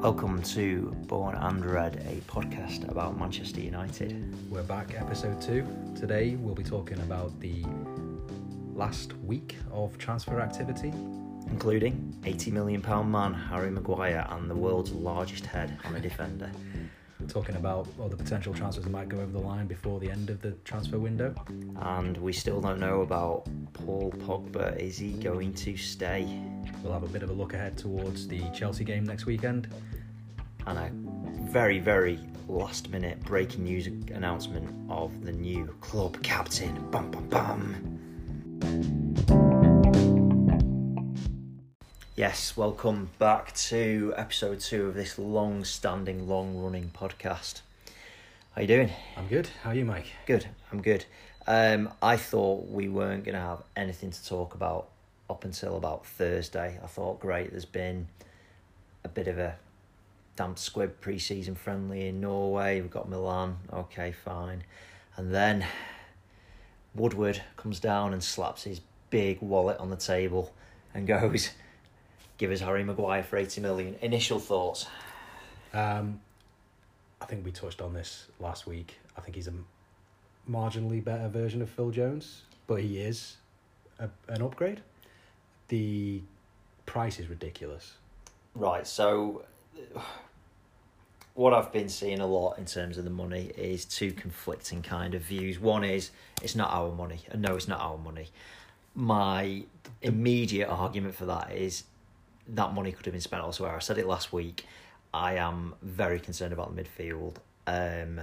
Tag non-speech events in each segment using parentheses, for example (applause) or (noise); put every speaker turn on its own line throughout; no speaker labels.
Welcome to Born Unread, a podcast about Manchester United.
We're back, episode two. Today we'll be talking about the last week of transfer activity.
including £80 million man Harry Maguire and the world's largest head on a defender.
We're talking about all the potential transfers that might go over the line before the end of the transfer window.
And we still don't know about Paul Pogba. Is he going to stay?
We'll have a bit of a look ahead towards the Chelsea game next weekend.
And a very, very last minute breaking news announcement of the new club captain. Bam, bam, bam. Yes, welcome back to episode two of this long standing, long running podcast. How you doing?
I'm good. How are you, Mike?
Good. I'm good. Um, I thought we weren't going to have anything to talk about up until about Thursday. I thought, great, there's been a bit of a damp squib pre-season friendly in Norway. We've got Milan. Okay, fine. And then Woodward comes down and slaps his big wallet on the table and goes, "Give us Harry Maguire for eighty million. Initial thoughts.
Um, I think we touched on this last week. I think he's a marginally better version of Phil Jones, but he is a, an upgrade. The price is ridiculous.
Right, so what I've been seeing a lot in terms of the money is two conflicting kind of views. One is it's not our money, and no, it's not our money. My immediate argument for that is that money could have been spent elsewhere. I said it last week. I am very concerned about the midfield, um,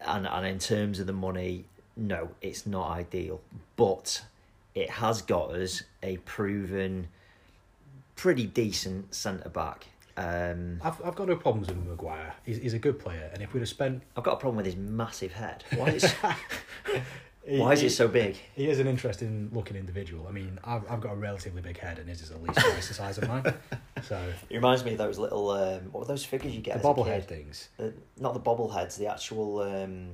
and and in terms of the money, no, it's not ideal, but it has got us a proven, pretty decent centre back. Um,
I've, I've got no problems with Maguire. He's, he's a good player, and if we'd have spent,
I've got a problem with his massive head. (laughs) Why
(laughs)
is why is it so big?
He is an interesting looking individual. I mean, I've, I've got a relatively big head, and his is at least twice the size of
(laughs)
mine. So
It reminds me of those little um, what were those figures you get? as a
the bobblehead
kid?
things.
The, not the bobbleheads, the actual um,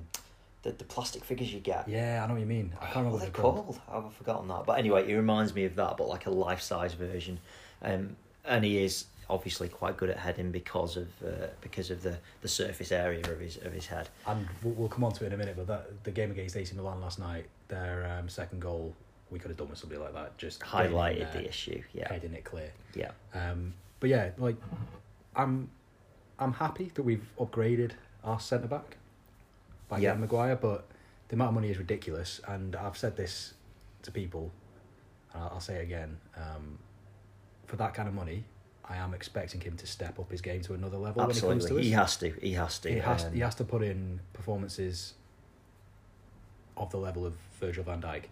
the the plastic figures you get.
Yeah, I know what you mean. I can't remember
What are
what
they
they're called.
called? I've forgotten that. But anyway, it reminds me of that, but like a life size version. Um, and he is obviously quite good at heading because of uh, because of the, the surface area of his of his head.
And we'll, we'll come on to it in a minute. But that the game against AC Milan last night, their um, second goal, we could have done with something like that. Just getting in
Highlighted
there,
the issue. Yeah,
heading it clear.
yeah.
Um, but yeah, like I'm, I'm happy that we've upgraded our centre back by
Yeah.
getting Maguire, but the amount of money is ridiculous. And I've said this to people, and I'll, I'll say it again. Um, for that kind of money, I am expecting him to step up his game to another level when it comes to
Absolutely,
us.
he has to. He has to.
He has
Um,
he has to put in performances of the level of Virgil Van Dijk.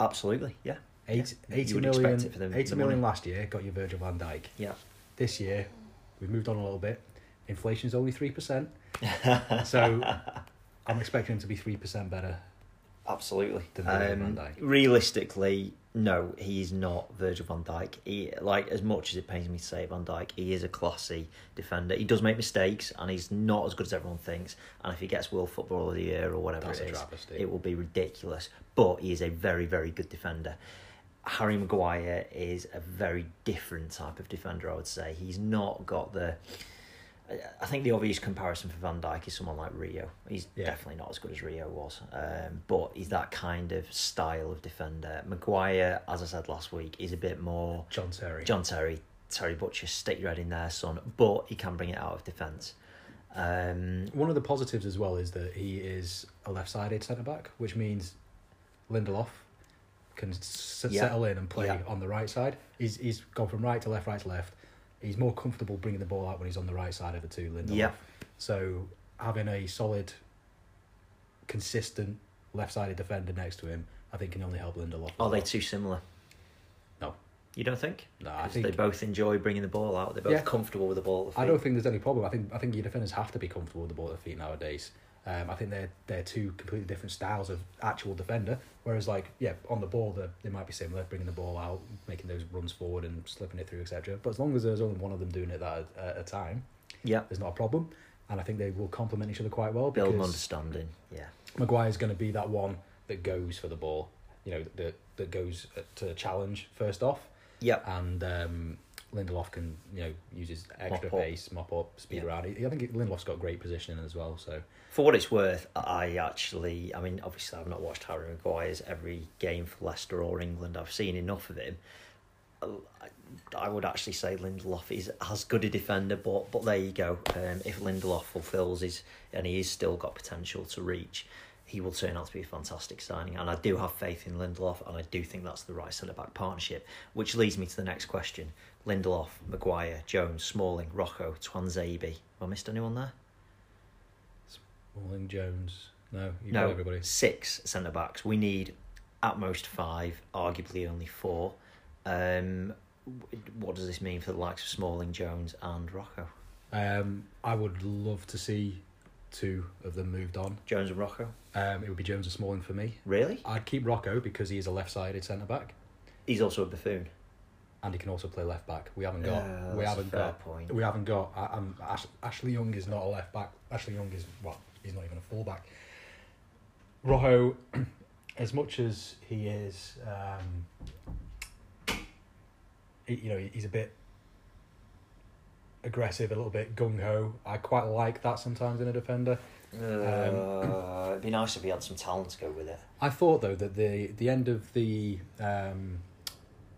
Absolutely, yeah,
Eight,
Yeah, you
80
would
million
expect it for the-
80
the
million
money.
last year got you Virgil Van Dijk.
yeah.
This year, we've moved on a little bit. Inflation's
(laughs)
only 3%. so I'm expecting him to be 3% better.
Absolutely. Um,
than Virgil van Dijk.
Realistically, no, he is not Virgil van Dijk. He, like as much as it pains me to say Van Dijk, he is a classy defender. He does make mistakes, and he's not as good as everyone thinks. And if he gets World Football of the Year or whatever
That's
it
a
is,
travesty.
it will be ridiculous. But he is a very, very good defender. Harry Maguire is a very different type of defender. I would say he's not got the. I- I think the obvious comparison for Van Dijk is someone like Rio. He's
Yeah.
definitely not as good as Rio was, um, but he's that kind of style of defender. Maguire, as I said last week, is a bit more
John Terry.
John Terry, Terry Butcher, stick your head in there, son, but he can bring it out of defence. Um,
One of the positives as well is that he is a left sided centre back, which means Lindelof can s-
Yeah.
settle in and play
Yeah.
on the right side. He's, he's gone from right to left, right to left. He's more comfortable bringing the ball out when he's on the right side of the two, Lindelof.
Yeah.
So having a solid, consistent left sided defender next to him, I think can only help Lindelof. as
are they
well.
too similar?
No.
You don't think?
No, I
'Cause
think-
they both enjoy bringing the ball out. They're both
Yeah.
comfortable with the ball. At the
I
feet.
don't think there's any problem. I think I think your defenders have to be comfortable with the ball at their feet nowadays. Um, I think they're they're two completely different styles of actual defender. Whereas like yeah, on the ball they they might be similar, bringing the ball out, making those runs forward and slipping it through, etc. But as long as there's only one of them doing it that at a time,
Yeah,
there's not a problem. And I think they will complement each other quite well
build an
because
understanding. Yeah,
Maguire's going to be that one that goes for the ball, you know, that that goes to challenge first off
yeah.
and um, Lindelof can you know uses extra
Mop up.
pace, mop up, speed
Yeah.
around. I I think Lindelof's got great positioning as well. So
For what it's worth, I actually, I mean, obviously, I've not watched Harry Maguire's every game for Leicester or England. I've seen enough of him. I- I would actually say Lindelof is as good a defender, but but there you go. Um, if Lindelof fulfills his and he is still got potential to reach, he will turn out to be a fantastic signing. And I do have faith in Lindelof, and I do think that's the right centre back partnership. Which leads me to the next question: Lindelof, Maguire, Jones, Smalling, Rocco, Twanzebe. Have I missed anyone there?
Smalling, Jones, no, you've
no,
got everybody.
six centre backs. We need at most five, arguably only four. Um, w- what does this mean for the likes of Smalling, Jones, and Rocco?
Um, I would love to see two of them moved on.
Jones and Rocco,
Um, it would be Jones and Smalling for me.
really?
I'd keep Rocco because he is a left-sided centre back
He's also a buffoon.
and he can also play left back. We haven't got.
Yeah,
we
that's a
haven't
fair
got.
point.
We haven't got. I, I'm, Ash, Ashley Young is not a left back. Ashley Young is well, he's not even a full back. Rojo, (clears throat) as much as he is, um, he- you know, he's a bit aggressive, a little bit gung ho. I quite like that sometimes in a defender.
Uh, it'd be nice if he had some talent to go with it.
I thought though that the the end of the um,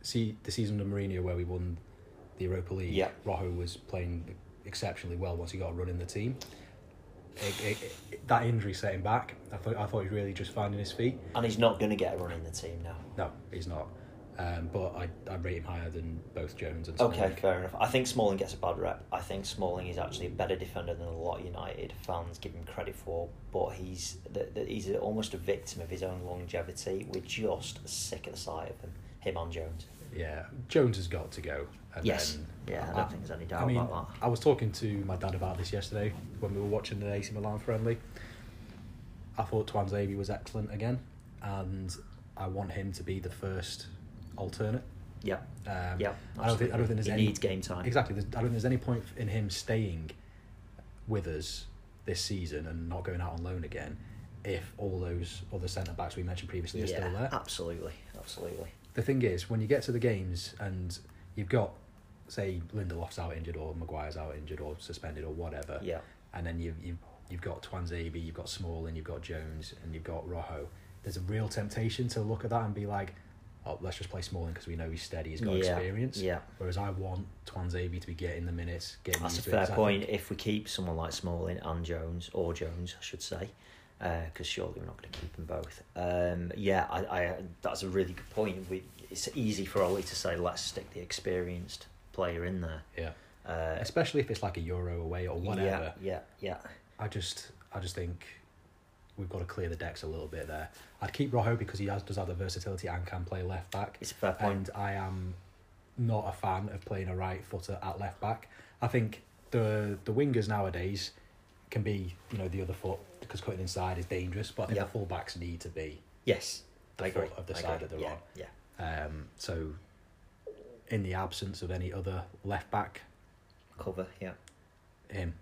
see the season under Mourinho where we won the Europa League,
Yeah.
Rojo was playing exceptionally well once he got a run in the team. It, it, it- that injury set him back. I thought I thought he was really just finding his feet.
And he's not going to get a run in the team now.
No, he's not. Um, but I I rate him higher than both Jones and Smalling.
Okay, fair enough. I think Smalling gets a bad rep. I think Smalling is actually a better defender than a lot of United fans give him credit for, but he's that that he's almost a victim of his own longevity. We're just sick of the sight of him, him and Jones.
Yeah, Jones has got to go. And
Yes.
then-
Yeah, I don't think there's any doubt
I mean,
about that.
I was talking to my dad about this yesterday when we were watching the AC Milan friendly. I thought Twanzebe was excellent again, and I want him to be the first alternate.
Yeah,
Um,
yeah.
I don't think, I don't think there's
he
any
needs game time.
Exactly. There's, I don't think there's any point in him staying with us this season and not going out on loan again if all those other centre backs we mentioned previously are
yeah,
still there
absolutely, absolutely.
the thing is, when you get to the games and you've got, say, Lindelof's out injured or Maguire's out injured or suspended or whatever,
Yeah,
and then you've, you've, you've got Twanzebe, you've got Smalling, you've got Jones, and you've got Rojo, there's a real temptation to look at that and be like, oh, let's just play Smalling because we know he's steady, he's got
yeah,
experience.
Yeah,
Whereas I want Twanzebe to be getting the minutes, getting
That's a
used to it,
fair
'cause I
point.
think-
If we keep someone like Smalling and Jones, or Jones, I should say, because surely we're not going to keep them both. Um, yeah, I, I, that's a really good point. We, it's easy for Ollie to say, let's stick the experienced player in there.
Yeah.
Uh,
Especially if it's like a euro away or whatever.
Yeah, yeah, yeah.
I just I just think we've got to clear the decks a little bit there. I'd keep Rojo because he has, does have the versatility and can play left back.
It's a fair point.
And I am not a fan of playing a right footer at left back. I think the the wingers nowadays can be you know the other foot because cutting inside is dangerous, but I think
Yeah.
the full backs need to be.
yes,
The
I agree.
foot of the
I
side
agree.
that they're
yeah,
on.
Yeah.
Um, so in the absence of any other left back,
Cover, yeah.
him.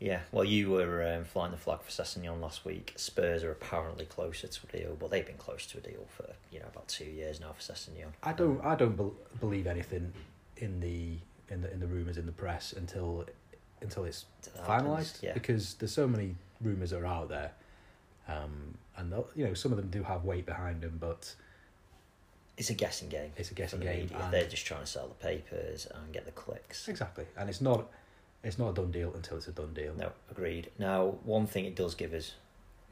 Yeah, well, you were um, flying the flag for Sessignon last week. Spurs are apparently closer to a deal, but they've been close to a deal for you know about two years now for Sessignon.
I don't I don't bel believe anything in the in the in the rumors in the press until until it's
Until it happens,
finalized
yeah.
because there's so many rumors that are out there um and they'll- you know some of them do have weight behind them but
it's a guessing game.
It's a guessing
for the
game,
media.
and-
They're just trying to sell the papers and get the clicks.
exactly and it's not it's not a done deal until it's a done deal
No, agreed. Now, one thing it does give us,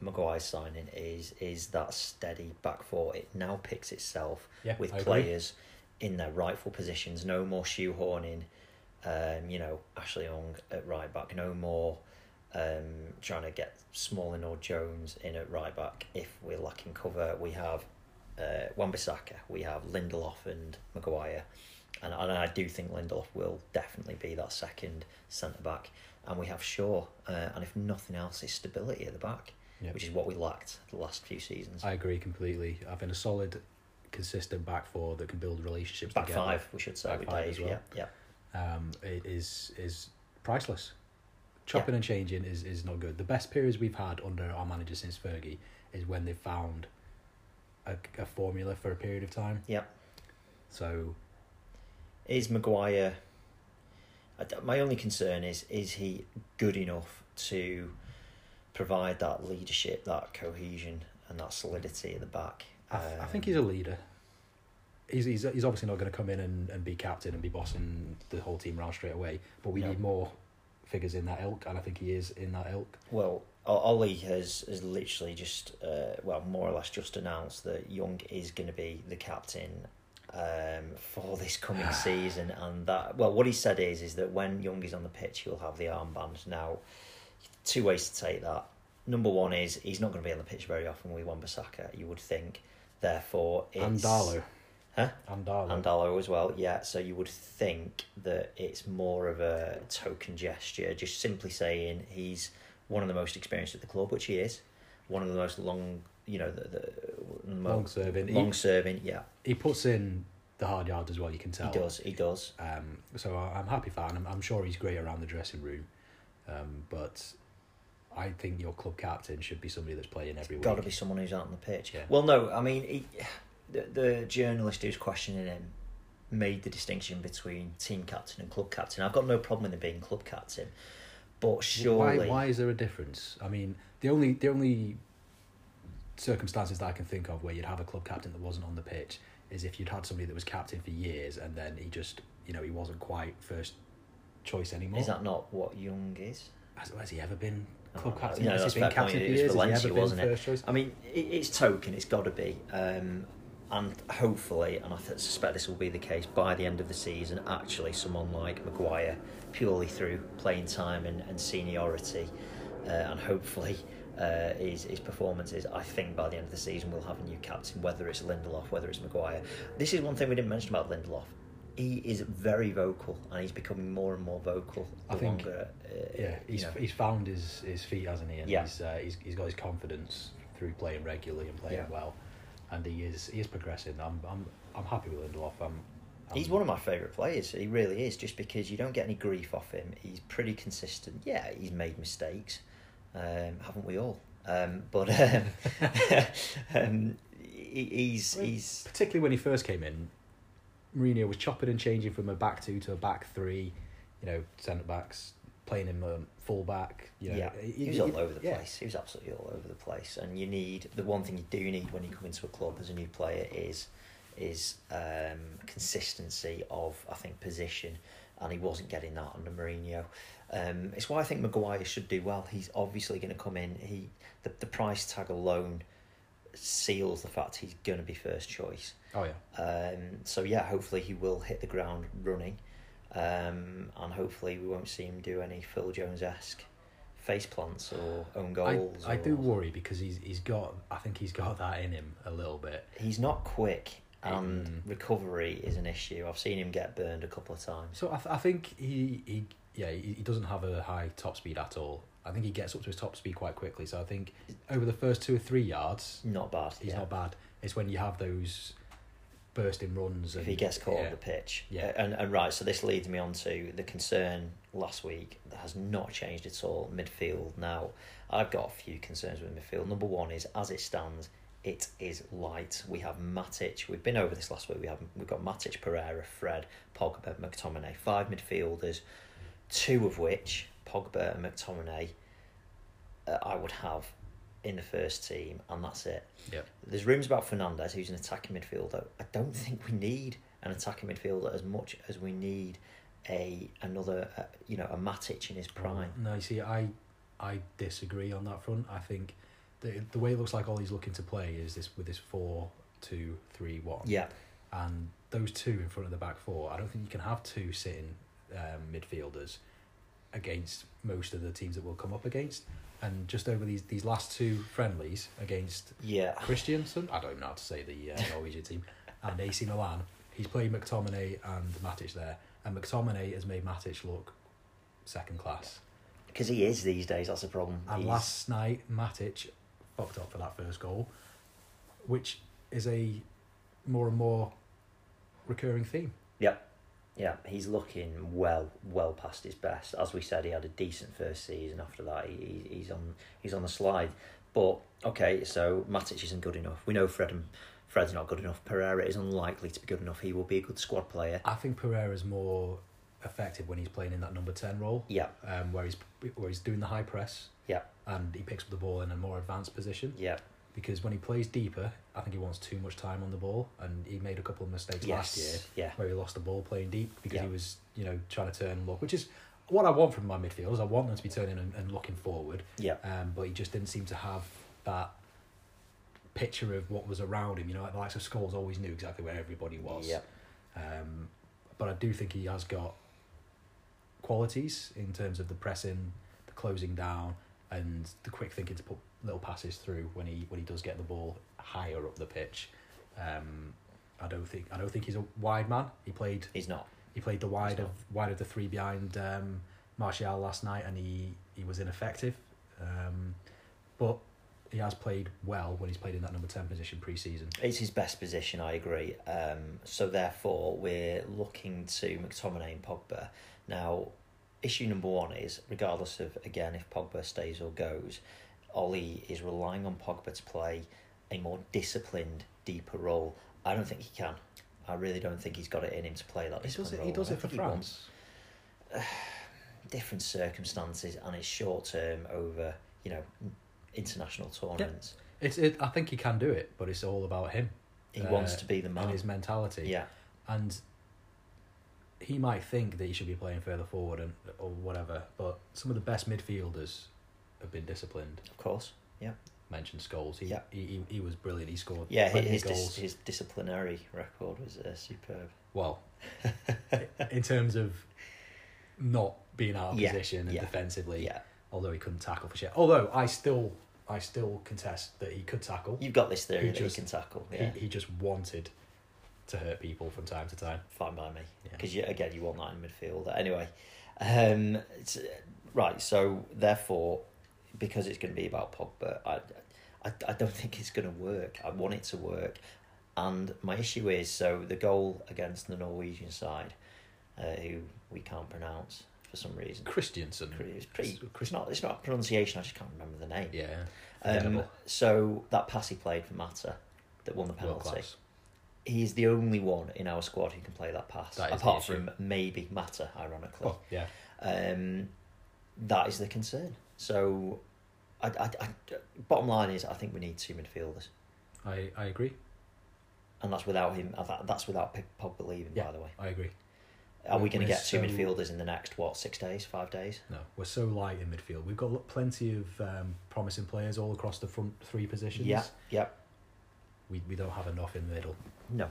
Maguire's signing is is that steady back four. It now picks itself
Yeah,
with
I agree.
players in their rightful positions. No more shoehorning. Um, you know, Ashley Young at right back. No more um, trying to get Smalling or Jones in at right back. If we're lacking cover, we have uh, Wan-Bissaka, we have Lindelof and Maguire, and, and I do think Lindelof will definitely be that second centre back, and we have Shaw, uh, and if nothing else, is stability at the back,
Yeah.
which is what we lacked the last few seasons.
I agree completely I've been a solid consistent back four that can build relationships
back
together.
five, we should say,
Back
with
five
Dave.
as well.
Yeah, yeah.
um, it is is priceless. Chopping and changing is, is not good. The best periods we've had under our manager since Fergie is when they've found a, a formula for a period of time.
Yeah.
So
Is Maguire? I d- My only concern is is he good enough to provide that leadership, that cohesion, and that solidity at the back?
I, th- I think he's a leader. um, He's, he's, he's obviously not going to come in and, and be captain and be bossing the whole team around straight away, but we
No.
need more figures in that ilk, and I think he is in that ilk.
Well, O- Ollie has, has literally just, uh, well, more or less just announced that Young is going to be the captain um, for this coming season, and that, well, what he said is is that when Young is on the pitch, he'll have the armband. Now, two ways to take that. Number one is he's not going to be on the pitch very often with Wan-Bissaka, you would think. Therefore, it's
And Darlow.
Huh?
And Darlow.
and Dallo as well. Yeah, so you would think that it's more of a token gesture, just simply saying he's one of the most experienced at the club, which he is, one of the most long, you know, the, the
Long serving. He-
long serving. Yeah,
he puts in the hard yards as well. You can
he
tell
does. He does.
Um, so I- I'm happy for that, and I'm, I'm sure he's great around the dressing room. Um, but I think your club captain should be somebody that's playing every week.
Got to be someone who's out on the pitch.
Yeah.
Well, no, I mean, he, the, the journalist who's questioning him made the distinction between team captain and club captain. I've got no problem with him being club captain, but surely.
Why, why is there a difference? I mean, the only the only circumstances that I can think of where you'd have a club captain that wasn't on the pitch is if you'd had somebody that was captain for years and then he just you know he wasn't quite first choice anymore.
Is that not what Young is?
has, has he ever been
I
club
don't know.
captain?
No,
has
that's
he
fair
been
point.
captain
It
for
was
years? has he
Valencia,
ever been
wasn't it?
first choice?
I mean, it, it's token. It's got to be, um, and hopefully, and I th- suspect this will be the case by the end of the season. Actually, someone like Maguire, purely through playing time and, and seniority, uh, and hopefully. Uh, his, his performances, I think by the end of the season, we'll have a new captain, whether it's Lindelof, whether it's Maguire. This is one thing we didn't mention about Lindelof. He is very vocal and he's becoming more and more vocal the
I think-
longer. Uh,
Yeah,
you
he's,
know.
he's found his, his feet, hasn't he? And
Yeah.
he's, uh, he's he's got his confidence through playing regularly and playing
Yeah.
well, and he is he is progressing. I'm I'm I'm happy with Lindelof. I'm, I'm
He's one of my favourite players. He really is, just because you don't get any grief off him. He's pretty consistent. Yeah, he's made mistakes, um, haven't we all? Um, but um, (laughs) um, he, he's
I mean,
he's
particularly when he first came in. Mourinho was chopping and changing from a back two to a back three, you know, centre backs playing him um, full back. You know,
yeah,
he-
he, was
he-
all over the
yeah.
place. He was absolutely all over the place. And you need the one thing you do need when you come into a club as a new player is is um, consistency of I think position, and he wasn't getting that under Mourinho. Um, it's why I think Maguire should do well. He's obviously going to come in. He the, the price tag alone seals the fact he's going to be first choice.
Oh yeah,
Um, so yeah, hopefully he will hit the ground running, um, and hopefully we won't see him do any Phil Jones esque face plants or own goals.
I, I
or...
do worry because he's he's got I think he's got that in him a little bit.
He's not quick, and
Mm.
recovery is an issue. I've seen him get burned a couple of times.
So I, th- I think he, he yeah he, he doesn't have a high top speed at all. I think he gets up to his top speed quite quickly. So I think over the first two or three yards,
Not bad.
he's
yeah.
not bad. It's when you have those bursting runs. And,
if he gets caught
yeah.
on the pitch.
Yeah.
And, and right, so this leads me on to the concern last week that has not changed at all midfield. Now, I've got a few concerns with midfield. Number one is, as it stands, it is light. We have Matic. We've been over this last week. We have we've got Matic, Pereira, Fred, Pogba, McTominay. Five midfielders, two of which Pogba and McTominay. Uh, I would have in the first team, and that's it.
Yeah.
There's rumours about Fernandez, who's an attacking midfielder. I don't think we need an attacking midfielder as much as we need a another, uh, you know, a Matic in his prime.
No, you see, I I disagree on that front. I think the the way it looks like Ollie's looking to play is this with this four two three one.
Yeah,
and those two in front of the back four, I don't think you can have two sitting um, midfielders against most of the teams that we'll come up against. And just over these, these last two friendlies against
yeah.
Christiansen, I don't know how to say the uh, Norwegian team, and AC Milan, he's played McTominay and Matic there. And McTominay has made Matic look second class.
Because he is these days. That's a problem.
And
He's-
last night, Matic fucked up for that first goal, which is a more and more recurring theme.
Yeah, yeah. He's looking well, well past his best. As we said, he had a decent first season. After that, he, he- he's on, he's on the slide. But okay, so Matic isn't good enough. We know Fred and Fred's not good enough. Pereira is unlikely to be good enough. He will be a good squad player.
I think Pereira's more effective when he's playing in that number ten role,
Yeah,
um, where he's where he's doing the high press.
Yeah.
And he picks up the ball in a more advanced position
yeah,
because when he plays deeper, I think he wants too much time on the ball, and he made a couple of mistakes last year
yes, yeah,
where he lost the ball playing deep because
Yeah.
he was you know trying to turn and look, which is what I want from my midfielders. I want them to be turning and, and looking forward,
yeah,
um, but he just didn't seem to have that picture of what was around him. You know, like the likes of Scholes always knew exactly where everybody was.
yeah.
Um, but I do think he has got qualities in terms of the pressing, the closing down, and the quick thinking to put little passes through when he when he does get the ball higher up the pitch. Um, I don't think I don't think he's a wide man. He played
He's not.
he played the wide
He's
of wide of the three behind um, Martial last night, and he he was ineffective. Um, but he has played well when he's played in that number ten position pre-season.
It's his best position, I agree. Um, so therefore, we're looking to McTominay and Pogba. Now, issue number one is, regardless of again if Pogba stays or goes, Ollie is relying on Pogba to play a more disciplined, deeper role. I don't think he can. I really don't think he's got it in him to play that.
He does
disciplined
it.
role.
He does
I
it for
think he wants
France.
different circumstances and it's short term over you know international tournaments.
It's it. I think he can do it, but it's all about him
He
Uh,
wants to be the
and
man.
his mentality.
Yeah,
And he might think that he should be playing further forward and or whatever, but some of the best midfielders have been disciplined.
of course.
Mentioned Scholes. He
Yeah.
he, he, he was brilliant. He scored.
Yeah, hi-
plenty of
his dis-
goals.
his disciplinary record was uh, superb. (laughs)
well, in terms of not being out of
Yeah,
position and
yeah,
defensively,
Yeah,
although he couldn't tackle for shit. Although I still I still contest that he could tackle.
you've got this theory
He
that
just-
he can tackle. Yeah,
He, he just wanted to hurt people from time to time.
fine by me.
Yeah.
Because you, again, you want that in midfielder anyway. Um, it's, right, so therefore, because it's going to be about Pogba, I, I, I don't think it's going to work. I want it to work, and my issue is so the goal against the Norwegian side, uh, who we can't pronounce for some reason.
Christiansen.
It's pretty. It's not. It's not pronunciation. I just can't remember the name.
Yeah.
Um,
Forgettable.
so that pass he played for Mata, that won the
World
penalty.
class.
He is the only one in our squad who can play that pass,
That is the
apart
issue.
from maybe Mata, ironically.
Well, Oh, yeah.
Um, that is the concern. So, I, I, I- bottom line is, I think we need two midfielders,
I, I agree.
and that's without him. uh, that- That's without P- Pogba leaving.
Yeah.
By the way,
I agree.
are we
We're- um,
going to
we're
get two
so-
midfielders in the next what six days, five days?
No, we're so light in midfield. We've got lo- plenty of um, promising players all across the front three positions.
Yeah, yeah.
We, we don't have enough in the middle.
No,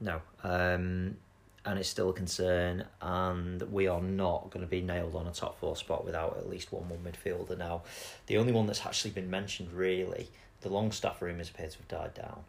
no, um, and it's still a concern, and we are not going to be nailed on a top four spot without at least one more midfielder. Now, the only one that's actually been mentioned really, the long staff rumours appear to have died down.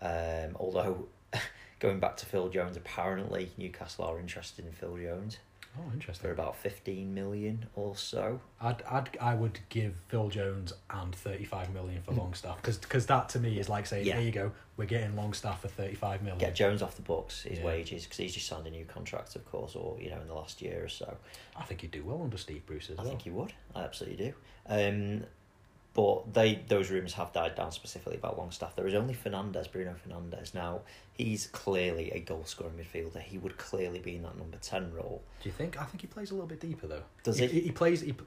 Um, although, (laughs) going back to Phil Jones, apparently Newcastle are interested in Phil Jones
Oh,
for
interesting.
about fifteen million or so.
I'd, I'd, I would give Phil Jones and 35 million for Longstaff because that to me is like saying,
Yeah.
there you go, we're getting Longstaff for 35 million.
Get Jones off the books, his
Oh, Yeah.
wages, because he's just signed a new contract, of course, or you know, in the last year or so.
I think he'd do well under Steve Bruce as
I
well.
think you would. I absolutely do. Um, but they those rumours have died down specifically about Longstaff. There is only Fernandez, Bruno Fernandez. Now he's clearly a goal scoring midfielder. He would clearly be in that number ten role.
Do you think? I think he plays a little bit deeper though.
Does
he?
he?
He, plays. He, p-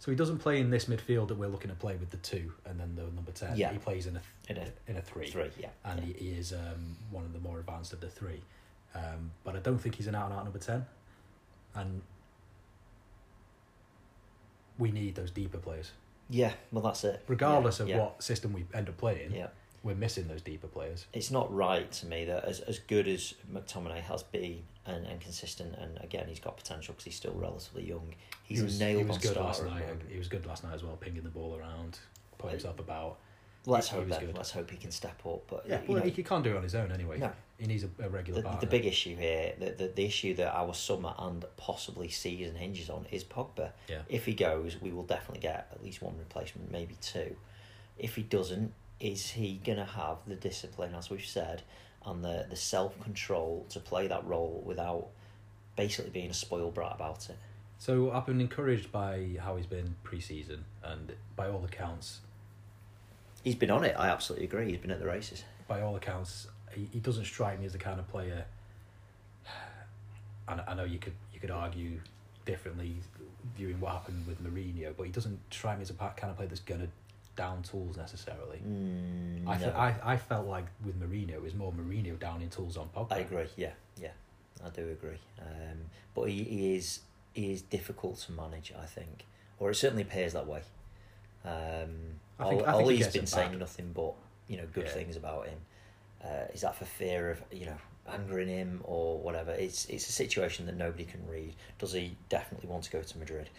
so he doesn't play in this midfield that we're looking to play with the two and then the number ten.
Yeah.
He plays in a
In
in
a-
a, in a three.
Three, yeah.
And
yeah.
he, he is um, one of the more advanced of the three, um, but I don't think he's an out and out number ten, and we need those deeper players.
Yeah, well that's it.
Regardless
Yeah,
of
yeah,
what system we end up playing,
Yeah.
we're missing those deeper players.
It's not right to me that as, as good as McTominay has been and, and consistent, and again he's got potential because he's still relatively young. He's
he was,
nailed
he was
on
good
starter
last
at the
night.
moment.
He was good last night as well, pinging the ball around, putting himself about.
Let's
he
hope
was
then.
good.
Let's hope he can step up. But
Yeah,
you
well,
know,
he, he can't do it on his own anyway.
No.
He needs a, a regular
The,
partner.
the big issue here, the, the, the issue that our summer and possibly season hinges on is Pogba.
Yeah.
If he goes, we will definitely get at least one replacement, maybe two. If he doesn't, is he going to have the discipline, as we've said, and the, the self control to play that role without basically being a spoiled brat about it?
So I've been encouraged by how he's been pre-season, and by all accounts,
He's been on it, I absolutely agree. He's been at the races.
by all accounts, he, he doesn't strike me as the kind of player. (sighs) And I know you could you could argue differently viewing what happened with Mourinho, but he doesn't strike me as a pa- kind of player that's gonna down tools necessarily.
Mm,
I,
no.
fe- I I felt like with Mourinho, it was more Mourinho down in tools on Pogba.
I agree. Yeah, yeah, I do agree. Um, but he, he is he is difficult to manage. I think, or it certainly appears that way. Um,
I think-
Ol-
I think he
Ollie's
gets
been
it
saying
back.
nothing but you know good
Yeah.
things about him. Uh, is that for fear of you know angering him or whatever? It's it's a situation that nobody can read. Does he definitely want to go to Madrid?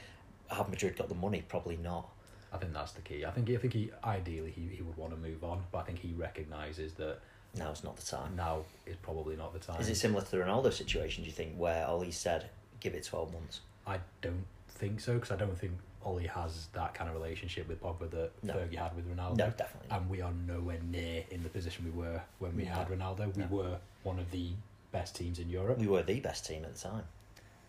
Have Madrid got the money? Probably not.
I think that's the key. I think I think he ideally he, he would want to move on, but I think he recognises that
Now's not the time.
now is probably not the time.
Ah. Is it similar to the Ronaldo situation? Do you think where Ollie said give it twelve months?
I don't think so because I don't think Ollie has that kind of relationship with Pogba that
No.
Fergie had with Ronaldo.
No, definitely. Not.
And we are nowhere near in the position we were when we
No.
had Ronaldo. We
No. Mm.
were one of the best teams in Europe,
We were the best team at the time.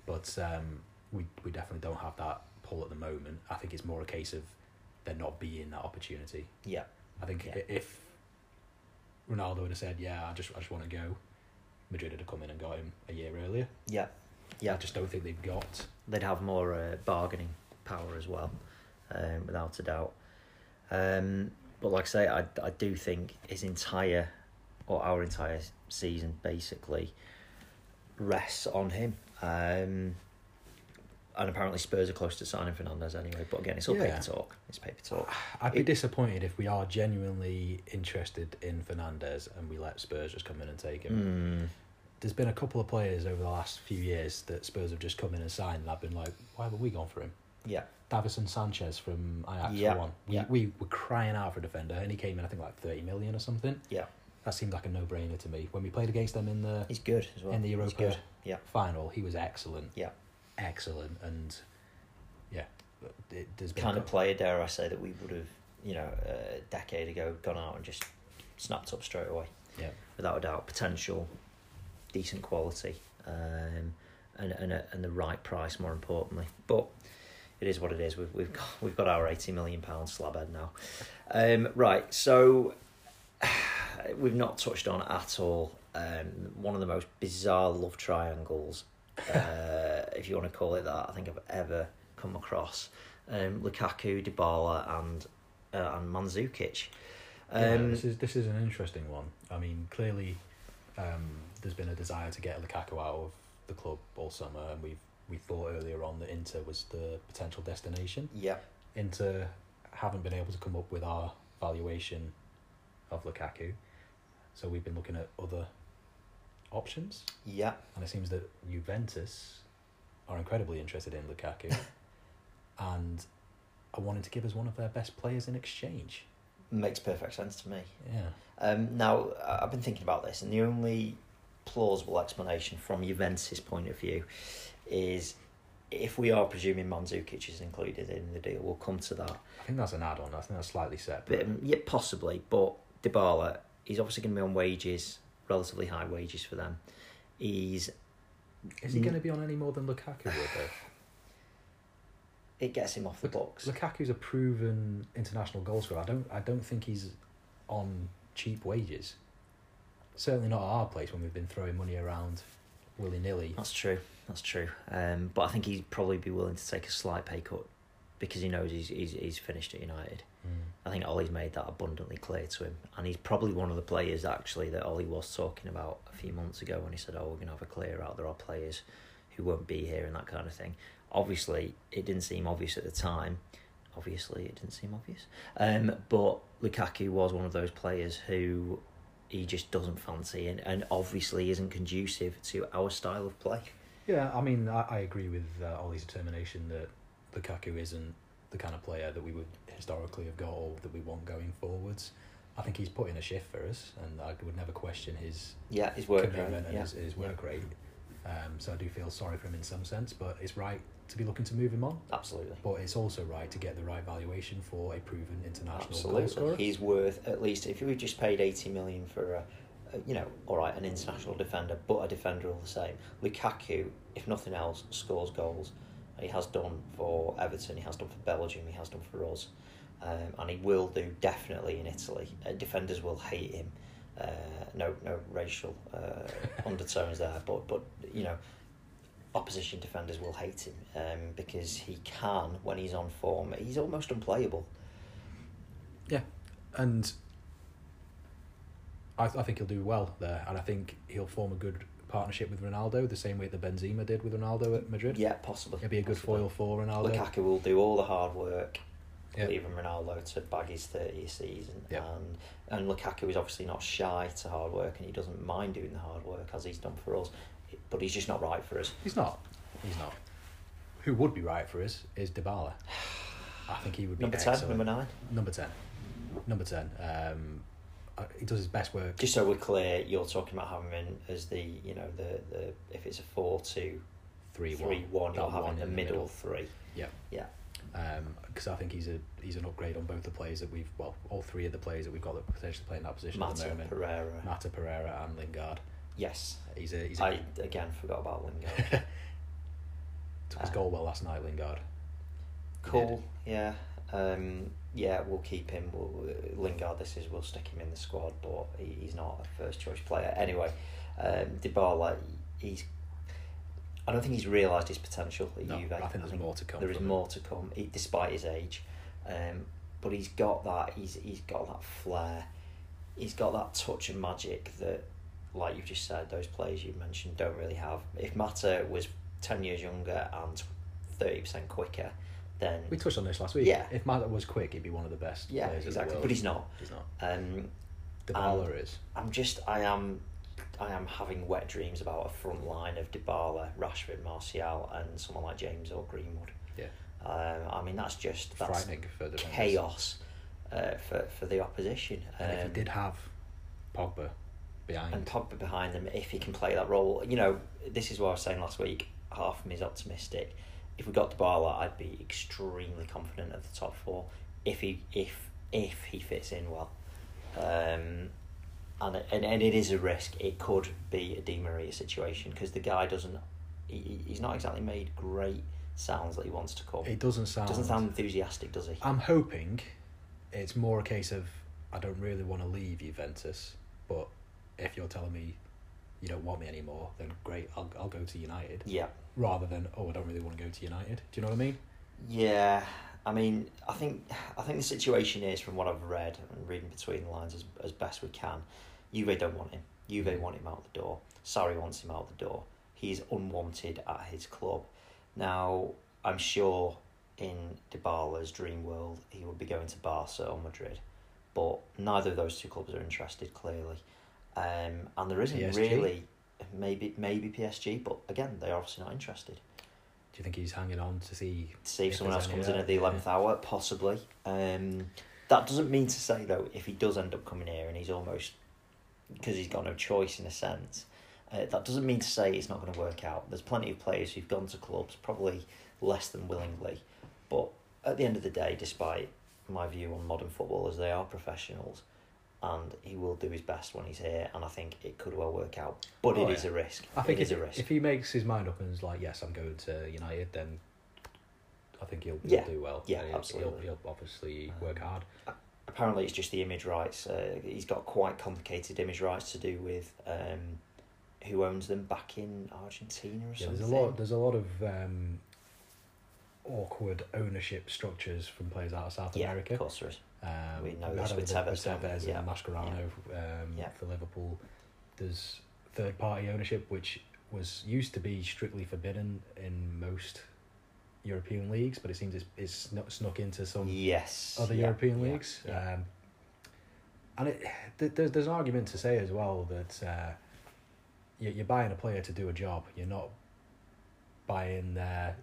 but um, we we definitely don't have that pull at the moment. I think it's more a case of there not being that opportunity.
Yeah,
I think
Yeah.
i if Ronaldo would have said, "Yeah, I just I just want to go," Madrid would have come in and got him a year earlier.
yeah,
I
yeah.
just don't think they've got.
They'd have more uh, bargaining power as well, um, without a doubt. Um, but like I say, I, I do think his entire or our entire season basically rests on him. Um, and apparently Spurs are close to signing Fernandez anyway. But again, it's all
Yeah.
paper talk. It's paper talk.
I'd be
It-
disappointed if we are genuinely interested in Fernandez and we let Spurs just come in and take
Mm,
him. There's been a couple of players over the last few years that Spurs have just come in and signed, and I've been like, "Why haven't we gone for him?"
yeah,
Davison Sanchez from Ajax
Yeah,
for one. We,
yeah.
we were crying out for a defender, and he came in I think like thirty million or something.
yeah.
That seemed like a no-brainer to me. When we played against them in the
He's good as well.
in the
He's
Europa
good. Yeah,
final, he was excellent.
yeah.
excellent and yeah it, there's been
kind of player, dare I say, that we would have, you know, a decade ago gone out and just snapped up straight away,
yeah
without a doubt. Potential, decent quality, um, and and a, and the right price, more importantly. But it is what it is. We've we've got, we've got our eighty million pound slabhead now. Um, right, so (sighs) we've not touched on at all um, one of the most bizarre love
(laughs)
triangles, uh, if you want to call it that. I think I've ever come across um, Lukaku, Dybala, and uh, and Mandzukic.
Yeah,
Um,
this is this is an interesting one i mean clearly um there's been a desire to get lukaku out of the club all summer and we've we thought earlier on that inter was the potential destination
yeah,
inter haven't been able to come up with our valuation of lukaku so we've been looking at other options
yeah,
and it seems that Juventus are incredibly interested in Lukaku, and are wanting to give us one of their best players in exchange.
makes perfect sense to me.
Yeah,
Um, now, I- I've been thinking about this, and the only plausible explanation from Juventus' point of view is if we are presuming Mandzukic is included in the deal, we'll come to that.
I think that's an add-on. I think that's slightly separate.
But, um, yeah, possibly, but Dybala, he's obviously going to be on wages, relatively high wages for them. He's
Is he going to be on any more than Lukaku would though?
It gets him off the box.
Lukaku's a proven international goalscorer. I don't. I don't think he's on cheap wages. Certainly not at our place when we've been throwing money around willy nilly.
That's true, that's true. Um, but I think he'd probably be willing to take a slight pay cut because he knows he's, he's, he's finished at United. I think Ollie's made that abundantly clear to him, and he's probably one of the players actually that Ollie was talking about a few months ago when he said, "Oh, we're gonna have a clear out. There are players who won't be here and that kind of thing." Obviously, it didn't seem obvious at the time. Obviously, it didn't seem obvious. Um, but Lukaku was one of those players who he just doesn't fancy, and, and obviously isn't conducive to our style of play.
Yeah, I mean, I, I agree with uh, Ollie's determination that Lukaku isn't the kind of player that we would historically have got or that we want going forwards. I think he's put in a shift for us, and I would never question his
Yeah, his work.
commitment and
yeah.
his, his work rate. Um, so I do feel sorry for him in some sense, but it's right to be looking to move him on.
Absolutely.
But it's also right to get the right valuation for a proven international
Absolutely,
goalscorer.
he's worth at least if we just paid eighty million for a, a- you know, all right, an international defender, but a defender all the same. Lukaku, if nothing else, scores goals. He has done for Everton. He has done for Belgium. He has done for us, um, and he will do definitely in Italy. Uh, defenders will hate him. Uh, no, no racial uh, undertones there, but but you know, opposition defenders will hate him um, because he can when he's on form. He's almost unplayable.
Yeah, and I, I think he'll do well there, and I think he'll form a good partnership with Ronaldo, the same way that Benzema did with Ronaldo at Madrid.
Yeah, possibly.
It'll be a good
possibly.
foil for Ronaldo.
Lukaku will do all the hard work,
Yeah.
leaving Ronaldo to bag his 30th season.
Yeah.
And and Lukaku is obviously not shy to hard work and he doesn't mind doing the hard work as he's done for us, but he's just not right for us.
He's not. He's not. Who would be right for us is Dybala. I think he would be
Number 10,
excellent.
number 9.
Number ten. Number ten. Um, uh, he does his best work.
Just so we're clear, you're talking about having him as the, you know, the, the if it's a 4 2
Three
3 1,
That
you're having the
in
middle, three.
Yeah.
Yeah.
Because I think he's a he's an upgrade on both the players that we've well all three of the players that we've got that potentially play in that position at the
Mata,
moment.
Pereira.
Mata Pereira and Lingard.
Yes.
He's a he's a
I again forgot about Lingard.
(laughs) took his goal well last night. Lingard.
Cool. Yeah. Um, yeah, we'll keep him. We'll, uh, Lingard, this is we'll stick him in the squad, but he, he's not a first choice player anyway. Um, Dybala, he's. I don't think he's realised his potential at
No,
Juve.
I think there's more to come
There is
from him.
more to come, he, despite his age, um, but he's got that. He's he's got that flair. He's got that touch of magic that, like you've just said, those players you mentioned don't really have. If Mata was ten years younger and thirty percent quicker, then
We touched on this last week.
Yeah.
If Mata was quick, he'd be one of the best.
yeah,
players
exactly.
In the world.
But he's not.
He's not.
Um,
Dybala
Um,
is.
I'm just, I am, I am having wet dreams about a front line of Dybala, Rashford, Martial, and someone like James or Greenwood.
Yeah.
Um, I mean, that's just that's
Frightening for defenders.
chaos uh, for for the opposition.
And if he
Um,
did have Pogba behind,
and Pogba behind them if he can play that role. You know, this is what I was saying last week. Half of me is optimistic. If we got Dybala, I'd be extremely confident of the top four. If he if if he fits in well, um, and, it- and and it is a risk. It could be a Di Maria situation because the guy doesn't. He, he- he's not exactly made great sounds that he wants to come.
it doesn't sound.
Doesn't sound enthusiastic, does he?
I'm hoping it's more a case of I don't really want to leave Juventus, but if you're telling me you don't want me anymore, then great, I'll I'll go to United
yeah.
rather than oh I don't really want to go to United. Do you know what I mean?
Yeah, I mean, I think I think the situation is from what I've read and reading between the lines as as best we can. Juve don't want him. Juve want him out the door. Sarri wants him out the door. He's unwanted at his club. Now, I'm sure in Dybala's dream world, he would be going to Barca or Madrid, but neither of those two clubs are interested clearly, um, and there isn't
PSG?
really maybe maybe PSG, but again, they're obviously not interested
Do you think he's hanging on to see
see if
If
someone
there's
else
any
comes in
there.
at the
Yeah.
eleventh hour, possibly. Um, that doesn't mean to say though, if he does end up coming here and he's almost because he's got no choice in a sense, uh, that doesn't mean to say it's not going to work out. There's plenty of players who've gone to clubs probably less than willingly, but at the end of the day, despite my view on modern footballers, they are professionals. And he will do his best when he's here, and I think it could well work out. But
Oh,
it is
yeah.
a risk.
I think
it is
if,
a risk.
if he makes his mind up and is like, yes, I'm going to United, then I think he'll, he'll
Yeah.
do well.
Yeah,
And he'll,
absolutely.
He'll, he'll obviously work hard.
apparently it's just the image rights. Uh, he's got quite complicated image rights to do with um, who owns them back in Argentina or
Yeah,
something.
there's a lot. There's a lot of um, awkward ownership structures from players out of South
yeah,
America.
of course there is.
Um,
We know
had
this
it
with Tevez, don't we?
Tevez
Yeah,
and Mascherano Um,
Yeah.
for Liverpool. There's third party ownership, which was used to be strictly forbidden in most European leagues, but it seems it's, it's snuck, snuck into some
Yes.
other
yeah,
European
yeah,
leagues.
yeah.
Um, and it, th- there's, there's an argument to say as well that uh, you- you're buying a player to do a job. You're not buying their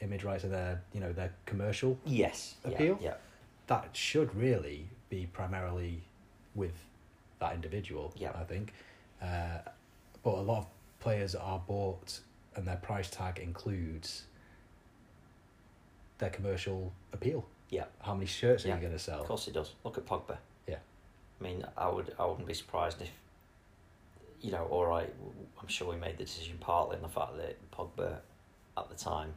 image rights or their you know their commercial.
yes. yeah,
appeal?
Yeah.
That should really be primarily with that individual.
Yeah.
I think. Uh, but a lot of players are bought, and their price tag includes their commercial appeal.
Yeah.
How many shirts are
Yeah.
you going to sell?
Of course it does. Look at Pogba.
Yeah.
I mean, I would. I wouldn't be surprised if. You know, all right. I'm sure we made the decision partly in the fact that Pogba, at the time,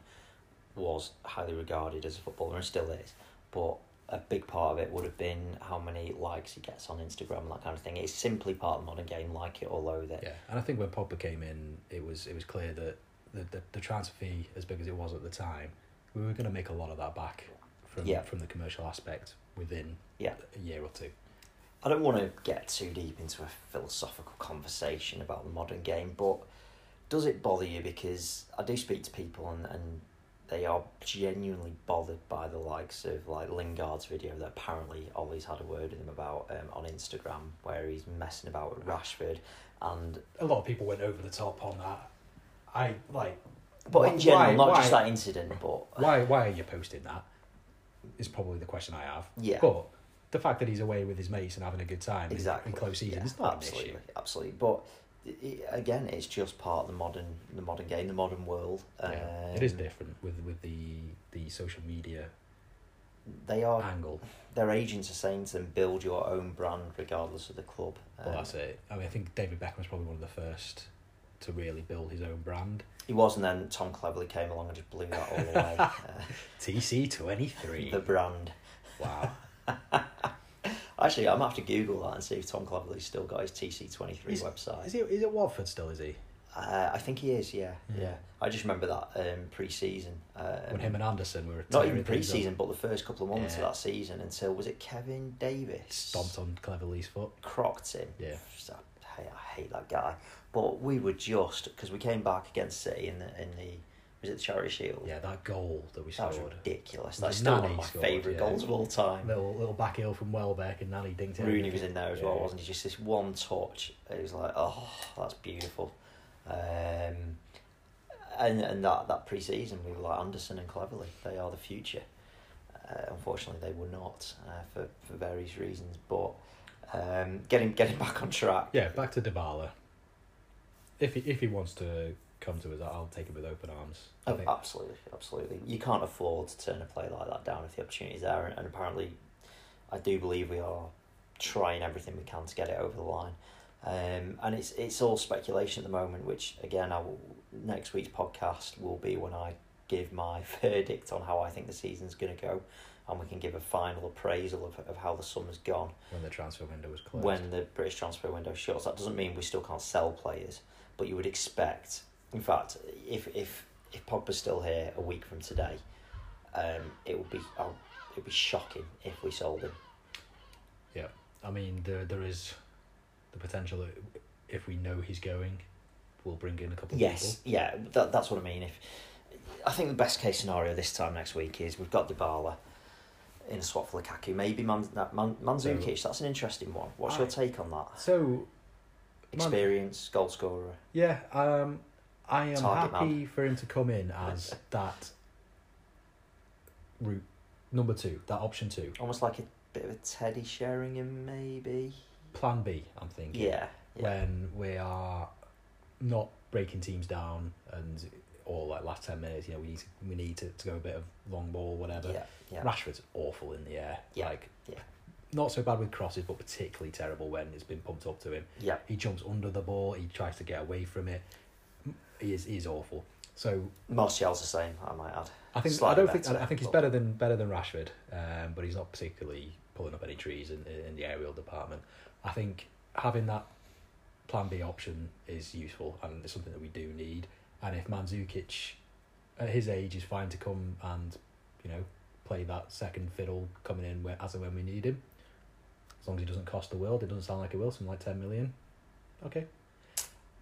was highly regarded as a footballer and still is. But a big part of it would have been how many likes he gets on Instagram and that kind of thing. It's simply part of the modern game, like it or loathe it.
Yeah, and I think when Pogba came in, it was it was clear that the, the, the transfer fee, as big as it was at the time, we were going to make a lot of that back from
Yeah.
from the commercial aspect within
Yeah.
a year or two.
I don't want to get too deep into a philosophical conversation about the modern game, but does it bother you? Because I do speak to people and, and they are genuinely bothered by the likes of like Lingard's video that apparently Ollie's had a word with him about um, on Instagram where he's messing about with Rashford and
A lot of people went over the top on that. I like,
but
why-
in general, not
why,
just that incident, but uh,
Why why are you posting that? Is probably the question I have.
Yeah.
But the fact that he's away with his mates and having a good time in-
exactly
in close season
Yeah,
is not
absolutely
an issue.
absolutely but i- i again it's just part of the modern the modern game the modern world
Yeah. it is
Um,
different with with the the social media
they are
angle.
their agents are saying to them build your own brand regardless of the club
Well,
Um,
that's it. I mean, I think David Beckham was probably one of the first to really build his own brand.
he was and then Tom Cleverly came along and just blew that all
(laughs)
away uh,
TC twenty three.
the brand
Wow.
actually I'm gonna have to google that and see if Tom Cleverly's still got his TC23
Is-
website
(laughs) Is he? Is it Watford still? Is he?
uh, I think he is yeah
Yeah.
yeah, I just remember that um, pre-season um,
Hmm. When him and Anderson were
Not
tearing
even pre
things up,
season, but the first couple of months
Yeah.
of that season until was it Kevin Davis
stomped on Clever Lee's foot.
crocked him?
Yeah.
Just, I, hate, I hate that guy. But we were just because we came back against City in the in the was it the Charity Shield?
Yeah, that goal that we
that was
scored.
ridiculous.
It
That's
was
still one
Nani
of my
scored,
favourite
yeah.
goals of all time.
Little little back heel from Welbeck and Nanny dinked it.
Rooney was in there as well,
Yeah.
wasn't he? Just this one touch. It was like, oh, that's beautiful. Um, and and that that pre-season, we were like Anderson and Cleverly. They are the future. Uh, unfortunately, they were not uh, for for various reasons. But um, getting getting back on track.
Yeah, back to Dybala. If he if he wants to come to us, I'll take him with open arms. I
Oh,
think
absolutely, absolutely. You can't afford to turn a play like that down if the opportunity's there. And, and apparently, I do believe we are trying everything we can to get it over the line. Um, and it's it's all speculation at the moment, which again, I will, next week's podcast will be when I give my (laughs) verdict on how I think the season's going to go, and we can give a final appraisal of, of how the summer's gone
when the transfer window was closed.
when the British transfer window shuts. That doesn't mean we still can't sell players, but you would expect. In fact, if if if Pogba's still here a week from today, um, it would be oh, it'd be shocking if we sold him.
Yeah, I mean there there is the potential that if we know he's going, we'll bring in a couple of
Yes, yeah, that, that's what I mean. If I think the best case scenario this time next week is we've got Dybala in a swap for Lukaku, maybe Man, that Man, Mandzukic. That's an interesting one. What's your
Aye.
take on that?
people. So Man-
Experience, goal scorer.
yeah, um, I am
Target
happy for him to come in as that route number two, that option two,
Almost like a bit of a Teddy Sheringham, maybe.
plan B. I'm thinking
Yeah. yeah.
when we are not breaking teams down and or like last ten minutes, you know, we need to, we need to, to go a bit of long ball, whatever.
Yeah, yeah.
Rashford's awful in the air.
Yeah,
Like,
yeah.
not so bad with crosses, but particularly terrible when it's been pumped up to him.
Yeah,
He jumps under the ball. He tries to get away from it. He is, he is awful. So
Martial's the same. I might add.
I think I
Slightly
don't think
better,
I, I think he's
but-
better than better than Rashford, um, but he's not particularly pulling up any trees in, in the aerial department. I think having that plan B option is useful and it's something that we do need. And if Mandzukic, at his age, is fine to come and you know play that second fiddle coming in where, as and when we need him, as long as he doesn't cost the world, it doesn't sound like it will. Something like ten million. Okay,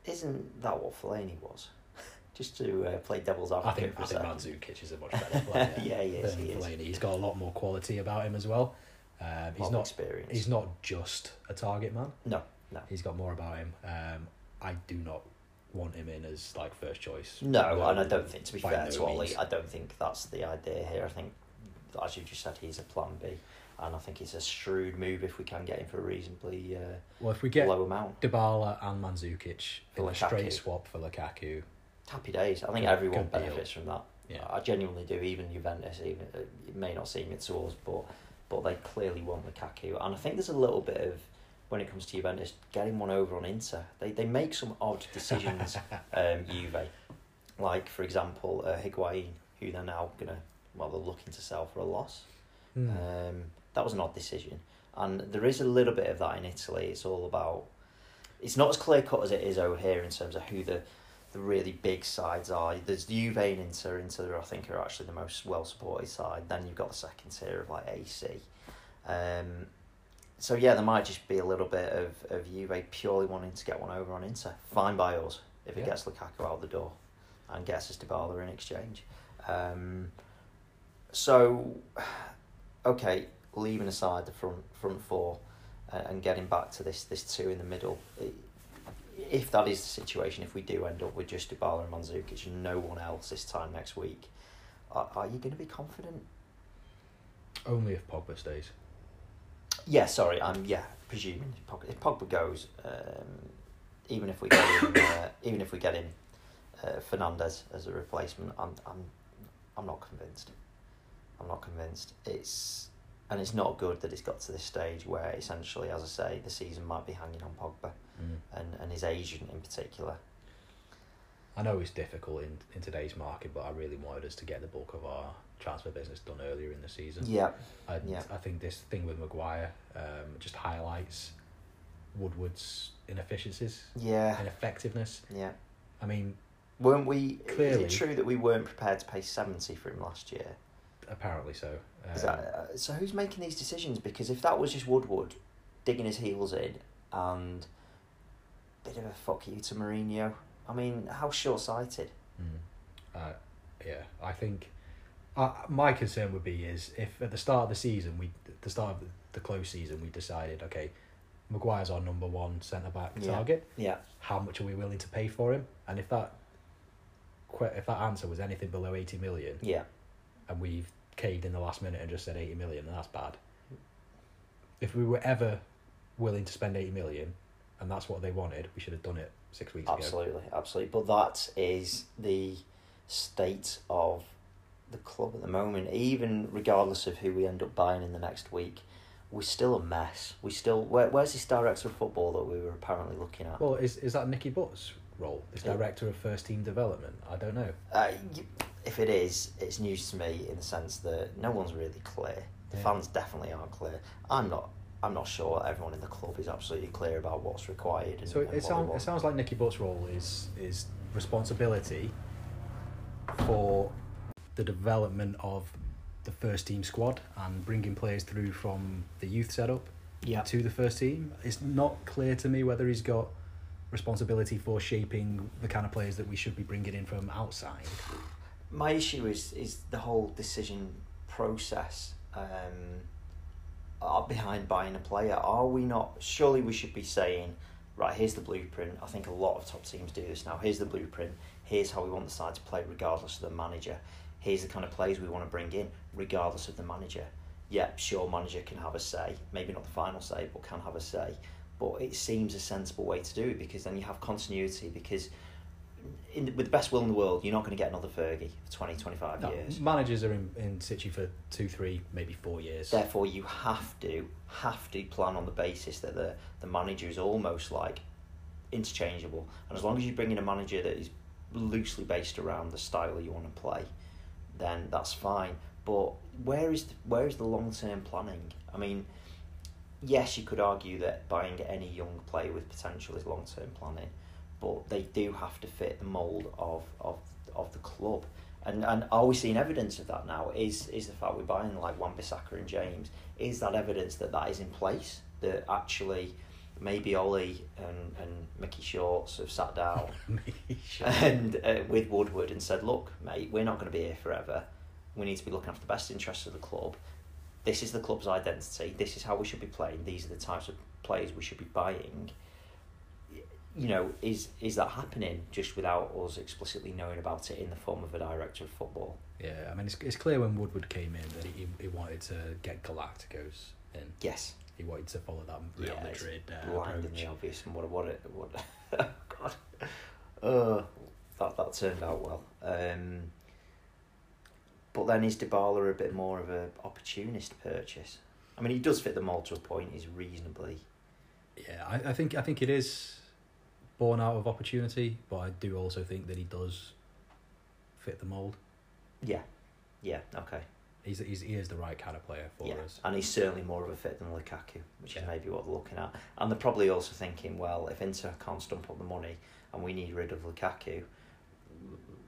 Isn't that what Fellaini was? (laughs) Just to uh, play devil's
I
advocate
think
for
I
a
think
second.
Mandzukic is a much better
(laughs)
player.
Yeah, he is,
than
he is.
Fellaini. He's got a lot more quality about him as well. Um,
Lot
he's
of
not
experience.
he's not just a target man.
No, no,
He's got more about him. Um, I do not want him in as like first choice.
no, and I don't think to be
by
fair
no
to Ollie,
means.
I don't think that's the idea here. I think, as you just said, he's a plan B, and I think it's a shrewd move if we can get him for a reasonably uh,
Well, if we get
low amount.
Dybala and Mandzukic in a
Lukaku.
straight swap for Lukaku,
Happy days. I think
Good-
everyone
good deal.
benefits from that.
yeah,
I genuinely do. Even Juventus, even uh, it may not seem it to us, but but they clearly want Lukaku, and I think there's a little bit of when it comes to Juventus getting one over on Inter. They they make some odd
(laughs)
decisions. um, Juve, uh, like for example, uh, Higuain, who they're now gonna well they're looking to sell for a loss.
Hmm.
Um, that was an odd decision, and there is a little bit of that in Italy. It's all about. It's not as clear cut as it is over here in terms of who the, the really big sides are. There's Juve and Inter. Inter, I think, are actually the most well supported side. Then you've got the second tier of like AC. Um, so yeah, there might just be a little bit of of Juve purely wanting to get one over on Inter. Fine by us if it
Yeah.
gets Lukaku out the door, and gets us Dybala in exchange. Um, so, okay, leaving aside the front front four, uh, and getting back to this this two in the middle. i if that is the situation, if we do end up with just Dybala and Mandzukic and no one else this time next week, are, are you going to be confident?
Only if Pogba stays.
Yeah, sorry, I'm yeah presuming if Pogba, if Pogba goes, um, even if we get in, (coughs) uh, even if we get in uh, Fernandez as a replacement, I'm I'm I'm not convinced. I'm not convinced. It's and it's not good that it's got to this stage where essentially, as I say, the season might be hanging on Pogba and, and his agent in particular.
I know it's difficult in, in today's market, but I really wanted us to get the bulk of our transfer business done earlier in the season.
Yeah,
I,
Yeah.
I think this thing with Maguire um, just highlights Woodward's inefficiencies,
yeah,
ineffectiveness.
yeah.
I mean,
Weren't we? Is
Clearly.
it true that we weren't prepared to pay seventy for him last year?
apparently so. Um,
Is that, uh, so who's making these decisions? Because if that was just Woodward digging his heels in and bit of a fuck you to Mourinho, I mean, how short sighted?
Mm. Uh, yeah, I think uh, my concern would be is if at the start of the season we, the start of the, the close season, we decided okay, Maguire's our number one centre back
Yeah.
target.
Yeah,
How much are we willing to pay for him? And if that, que- if that answer was anything below eighty million,
yeah,
and we've caved in the last minute and just said 80 million, then that's bad. If we were ever willing to spend 80 million and that's what they wanted, we should have done it six weeks ago.
absolutely, absolutely. But that is the state of the club at the moment. Even regardless of who we end up buying in the next week, we're still a mess. We still where, where's this director of football that we were apparently looking at?
Well, is, is that Nicky Butt's role? Is
Yeah.
director of first team development? I don't know.
Uh, y- if it is, it's news to me in the sense that no one's really clear. The
Yeah.
fans definitely aren't clear. I'm not. I'm not sure everyone in the club is absolutely clear about what's required. And,
So
and
it, it,
what they
sound, it
want.
sounds like Nicky Butt's role is is responsibility for the development of the first team squad and bringing players through from the youth setup
Yeah.
to the first team. It's not clear to me whether he's got responsibility for shaping the kind of players that we should be bringing in from outside.
my issue is is the whole decision process um, uh, behind buying a player. Are we not? Surely we should be saying, right, here's the blueprint. I think a lot of top teams do this now. Here's the blueprint. Here's how we want the side to play, regardless of the manager. Here's the kind of players we want to bring in, regardless of the manager. Yeah, sure, manager can have a say. Maybe not the final say, but can have a say. But it seems a sensible way to do it because then you have continuity. Because in, with the best will in the world, you're not going to get another Fergie for 20, 25
No,
years.
managers are in, in situ for two, three, maybe four years. (laughs)
Therefore, you have to have to plan on the basis that the the manager is almost like interchangeable, and as long as you bring in a manager that is loosely based around the style you want to play, then that's fine. But where is the, where is the long term planning? I mean, yes, you could argue that buying any young player with potential is long term planning, but they do have to fit the mold of of of the club. And and are we seeing evidence of that now? Is is the fact we're buying like Wan Bissaka and James? Is that evidence that that is in place? That actually maybe Ollie and and Mickey Shorts have sat
(laughs)
down (laughs) and uh, with Woodward and said, "Look, mate, we're not going to be here forever. We need to be looking after the best interests of the club. This is the club's identity. This is how we should be playing. These are the types of players we should be buying." Y- You know, is is that happening just without us explicitly knowing about it in the form of a director of football?
yeah, I mean, it's, it's clear when Woodward came in that he, he wanted to get Galacticos in.
Yes.
He wanted to follow that Real
Yeah, it's
Madrid uh,
blindingly
approach.
obvious and what a- what it what (laughs) oh god uh, that that turned out well um but then is Dybala a bit more of a opportunist purchase I mean he does fit the mold to a point he's reasonably
Yeah, I, I think I think it is born out of opportunity, but I do also think that he does fit the mold.
yeah yeah okay
He's, he's he is the right kind of player for
yeah.
us.
And he's certainly more of a fit than Lukaku, which is
Yeah.
maybe what they're looking at. And they're probably also thinking, well, if Inter can't stump up the money and we need rid of Lukaku,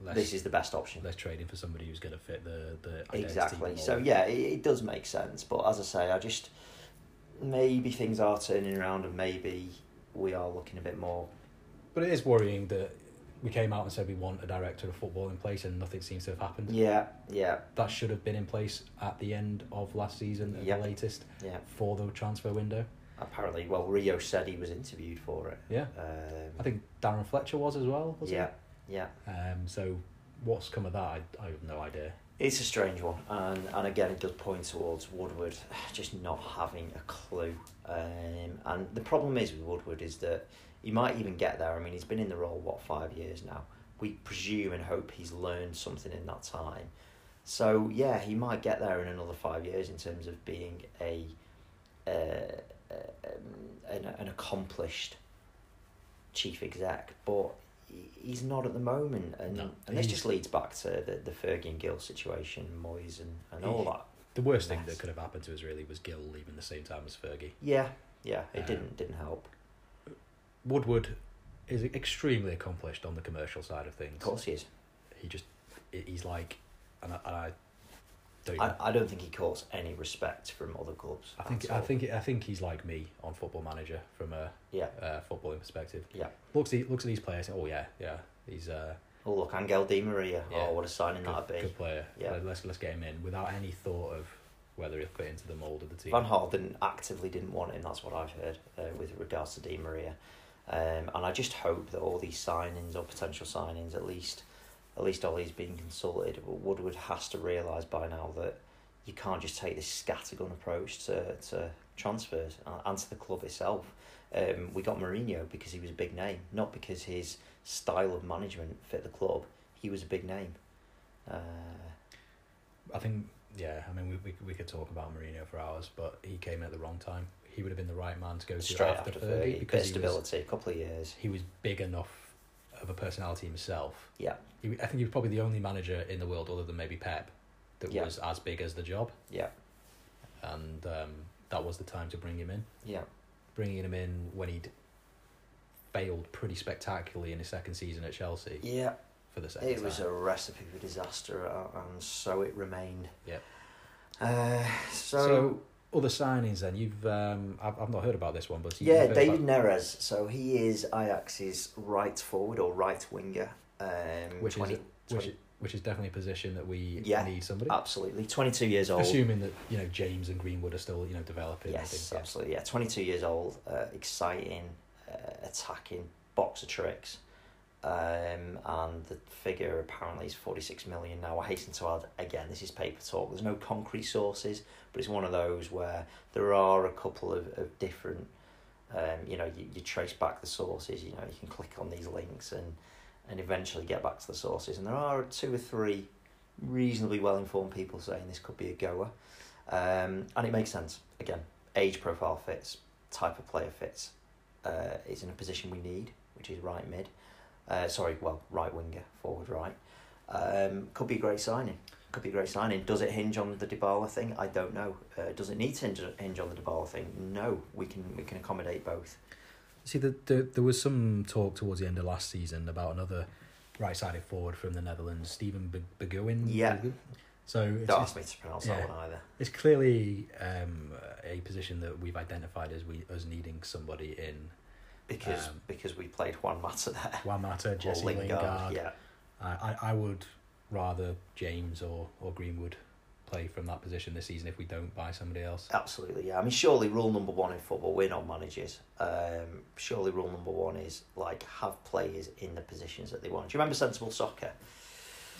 Less,
this is the best option.
less trading for somebody who's going to fit the the identity
Exactly.
more.
So yeah, it, it does make sense. But as I say, I just maybe things are turning around, and maybe we are looking a bit more.
But it is worrying that we came out and said we want a director of football in place, and nothing seems to have happened.
Yeah, yeah,
That should have been in place at the end of last season, at
Yeah.
the latest,
yeah.
for the transfer window.
Apparently, well, Rio said he was interviewed for it.
Yeah,
Um,
I think Darren Fletcher was as well. Was
yeah, yeah.
He? Um. So what's come of that? I, I have no idea.
It's a strange one, and, and again, it does point towards Woodward just not having a clue. Um, and the problem is with Woodward is that he might even get there. I mean, he's been in the role, what, five years now? We presume and hope he's learned something in that time. So, yeah, he might get there in another five years in terms of being a uh, uh, um, an, an accomplished chief exec, but he- he's not at the moment. And,
No,
and this
he's-
just leads back to the, the Fergie and Gill situation, Moyes and, and all
Yeah.
that.
The worst thing
Yes.
that could have happened to us really was Gill leaving the same time as Fergie.
Yeah, yeah, it
Um,
didn't didn't help.
Woodward is extremely accomplished on the commercial side of things.
Of course he is.
He just he- he's like, and I, and I don't.
I, I don't think he courts any respect from other clubs.
I think
at
I
all.
think I think he's like me on Football Manager from a
Yeah.
uh, footballing perspective.
Yeah.
Looks at looks at these players. Oh yeah, yeah. He's uh,
Oh look, Angel Di Maria.
Yeah.
Oh, what a signing
good,
that'd be.
good player.
Yeah.
Let- Let's let's get him in without any thought of whether he'll fit into the mold of the team.
Van Hal didn't actively didn't want him. That's what I've heard uh, with regards to Di Maria, um, and I just hope that all these signings or potential signings, at least, at least Ollie's being consulted. But Woodward has to realise by now that you can't just take this scattergun approach to to transfers a- and to the club itself. Um, we got Mourinho because he was a big name, not because his style of management fit the club. He was a big name. Uh,
I think yeah. I mean, we, we we could talk about Mourinho for hours, but he came at the wrong time. He would have been the right man to go to
straight after, Fergie, bit of
because he was,
stability, a couple of years.
he was big enough of a personality himself.
Yeah.
He, I think he was probably the only manager in the world, other than maybe Pep, that
Yeah.
was as big as the job.
Yeah.
And um, that was the time to bring him in.
Yeah.
Bringing him in when he'd failed pretty spectacularly in his second season at Chelsea
Yeah,
for the second
it was
time.
a recipe for disaster, uh, and so it remained.
Yep.
Uh, so,
So, other signings then you've um, I've, I've not heard about this one, but you-
yeah,
you've heard
David
about-
Neres. So he is Ajax's right forward or right winger. Um,
which
20
is which, is- which is definitely a position that we
Yeah.
need somebody.
absolutely twenty-two years old.
Assuming that you know James and Greenwood are still you know developing. and
yes,
things, yeah.
absolutely. Yeah, twenty-two years old, uh, exciting, uh, attacking boxer tricks, um, and the figure apparently is forty-six million now. I hasten to add again, this is paper talk. There's no concrete sources, but it's one of those where there are a couple of, of different. Um, you know, you, you trace back the sources. You know, you can click on these links and and eventually get back to the sources. And there are two or three reasonably well informed people saying this could be a goer. Um, and it makes sense. Again, age profile fits, type of player fits. Uh, is in a position we need, which is right mid. Uh, sorry, well, right winger, forward right. Um, could be a great signing. Could be a great signing. Does it hinge on the Dybala thing? I don't know. Uh, does it need to hinge, hinge on the Dybala thing? No. We can we can accommodate both.
See, the, the, there was some talk towards the end of last season about another right-sided forward from the Netherlands, Steven Be- Begoin.
Yeah.
Begoin? So it's,
Don't
it's,
ask me to pronounce
yeah.
that one either.
it's clearly um, a position that we've identified as we as needing somebody in
Because
Um,
because we played Juan Mata there.
Juan Mata,
Or
Jesse Lingard.
Yeah.
I, I, I would rather James or, or Greenwood play from that position this season if we don't buy somebody else.
Absolutely, yeah. I mean, surely rule number one in football, we're not managers. Um, surely rule number one is like have players in the positions that they want. Do you remember Sensible Soccer?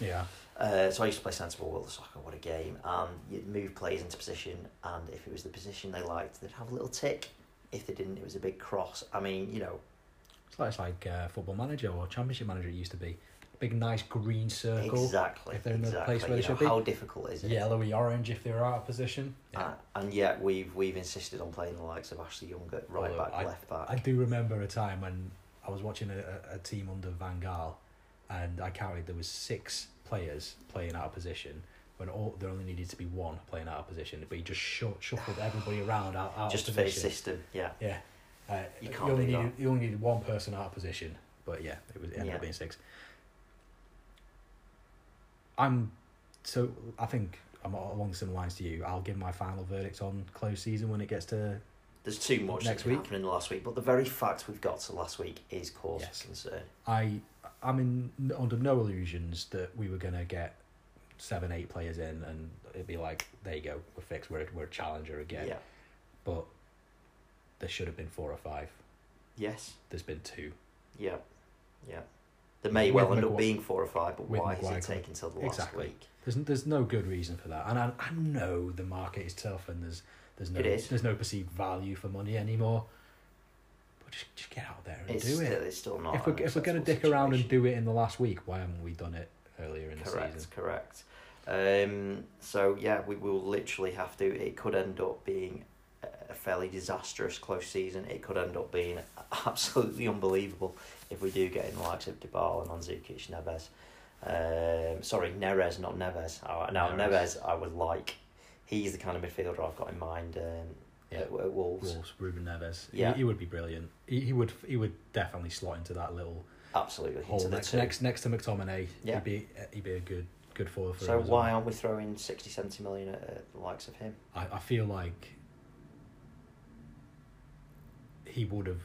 Yeah.
Uh, so I used to play Sensible World of Soccer, what a game. And you'd move players into position, and if it was the position they liked, they'd have a little tick. If they didn't, it was a big cross. I mean, you know,
It's like, it's like uh, football manager or championship manager it used to be. Big nice green circle.
exactly.
If they're in the
exactly.
place where
you
they
know,
should be.
How difficult is it?
Yellowy orange if they're out of position.
Uh, and yet we've we've insisted on playing the likes of Ashley Young at right
Although
back,
Oh, I-
left back.
I do remember a time when I was watching a, a- a team under Van Gaal, and I counted there was six players playing out of position, when all there only needed to be one playing out of position, but he just shu- shuffled everybody around out, out
Just to
of
fit his
position.
system. Yeah.
Yeah, uh,
You
you
can't
only
do that.
needed you only needed one person out of position, but yeah, it was it ended
Yeah.
up being six. I'm so I think I'm along similar lines to you. I'll give my final verdict on close season when it gets to
There's too much
Next
that's been
week?
happening the last week, but the very fact we've got to last week is cause
Yes.
for concern.
I I'm in under no illusions that we were gonna get seven eight players in and it'd be like there you go we're fixed we're we're a challenger
Yeah.
again but there should have been four or five
Yes.
there's been two
Yeah. Yeah. There may
With
well end up
Maguire-
being four or five, but
with
why is
Maguire
it
coming-
taking till the last
Exactly.
week?
There's there's no good reason for that, and I, I know the market is tough, and there's there's no
It is.
there's no perceived value for money anymore. But just just get out there and
It's
do
still,
it.
it's still not.
if we're
an
if we're gonna dick
acceptable
around and
situation.
do it in the last week, why haven't we done it earlier in
correct,
the season?
correct. Um, so yeah, we will literally have to. It could end up being a fairly disastrous close season. It could end up being (laughs) absolutely unbelievable if we do get in the likes of Dybala and Mandzukic, Neves. Um, sorry, Neres, not Neves. I, now
Neres.
Neves. I would like. He's the kind of midfielder I've got in mind. Um,
Yeah.
at, at Wolves,
Wolves, Ruben Neves.
Yeah.
He, he would be brilliant. He, he would he would definitely slot into that little
absolutely.
hole
into the
next,
two.
next next to McTominay.
Yeah.
He'd be he'd be a good good forward for
So
him as
why
well.
aren't we throwing 60, 70 million at, at the likes of him?
I, I feel like he would have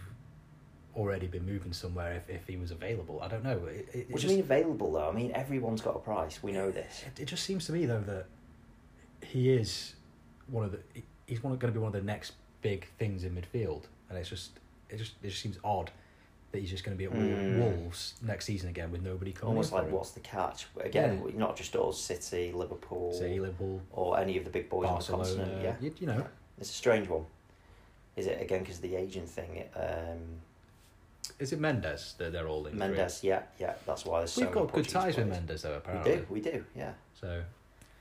already been moving somewhere if, if he was available. I don't know. It, it, it
What do
just,
you mean available though? I mean everyone's got a price. We know this.
It, it just seems to me though that he is one of the he- he's one going to be one of the next big things in midfield, and it's just it just it just seems odd that he's just going to be at Wol-
Mm.
Wolves next season again with nobody coming.
Almost
in for
like
him.
what's the catch? Again,
Yeah.
we- not just us, City, Liverpool,
Say Liverpool,
or any of the big boys on the
Barcelona.
continent. Yeah,
You, you know,
it's a strange one. Is it again because the aging thing? Um,
is it Mendes that they're all linked with?
Mendes, yeah, yeah, that's why there's so
We've
many
got
Portuguese
good ties with
players.
Mendes though.
We
Apparently,
do, we do, yeah.
so.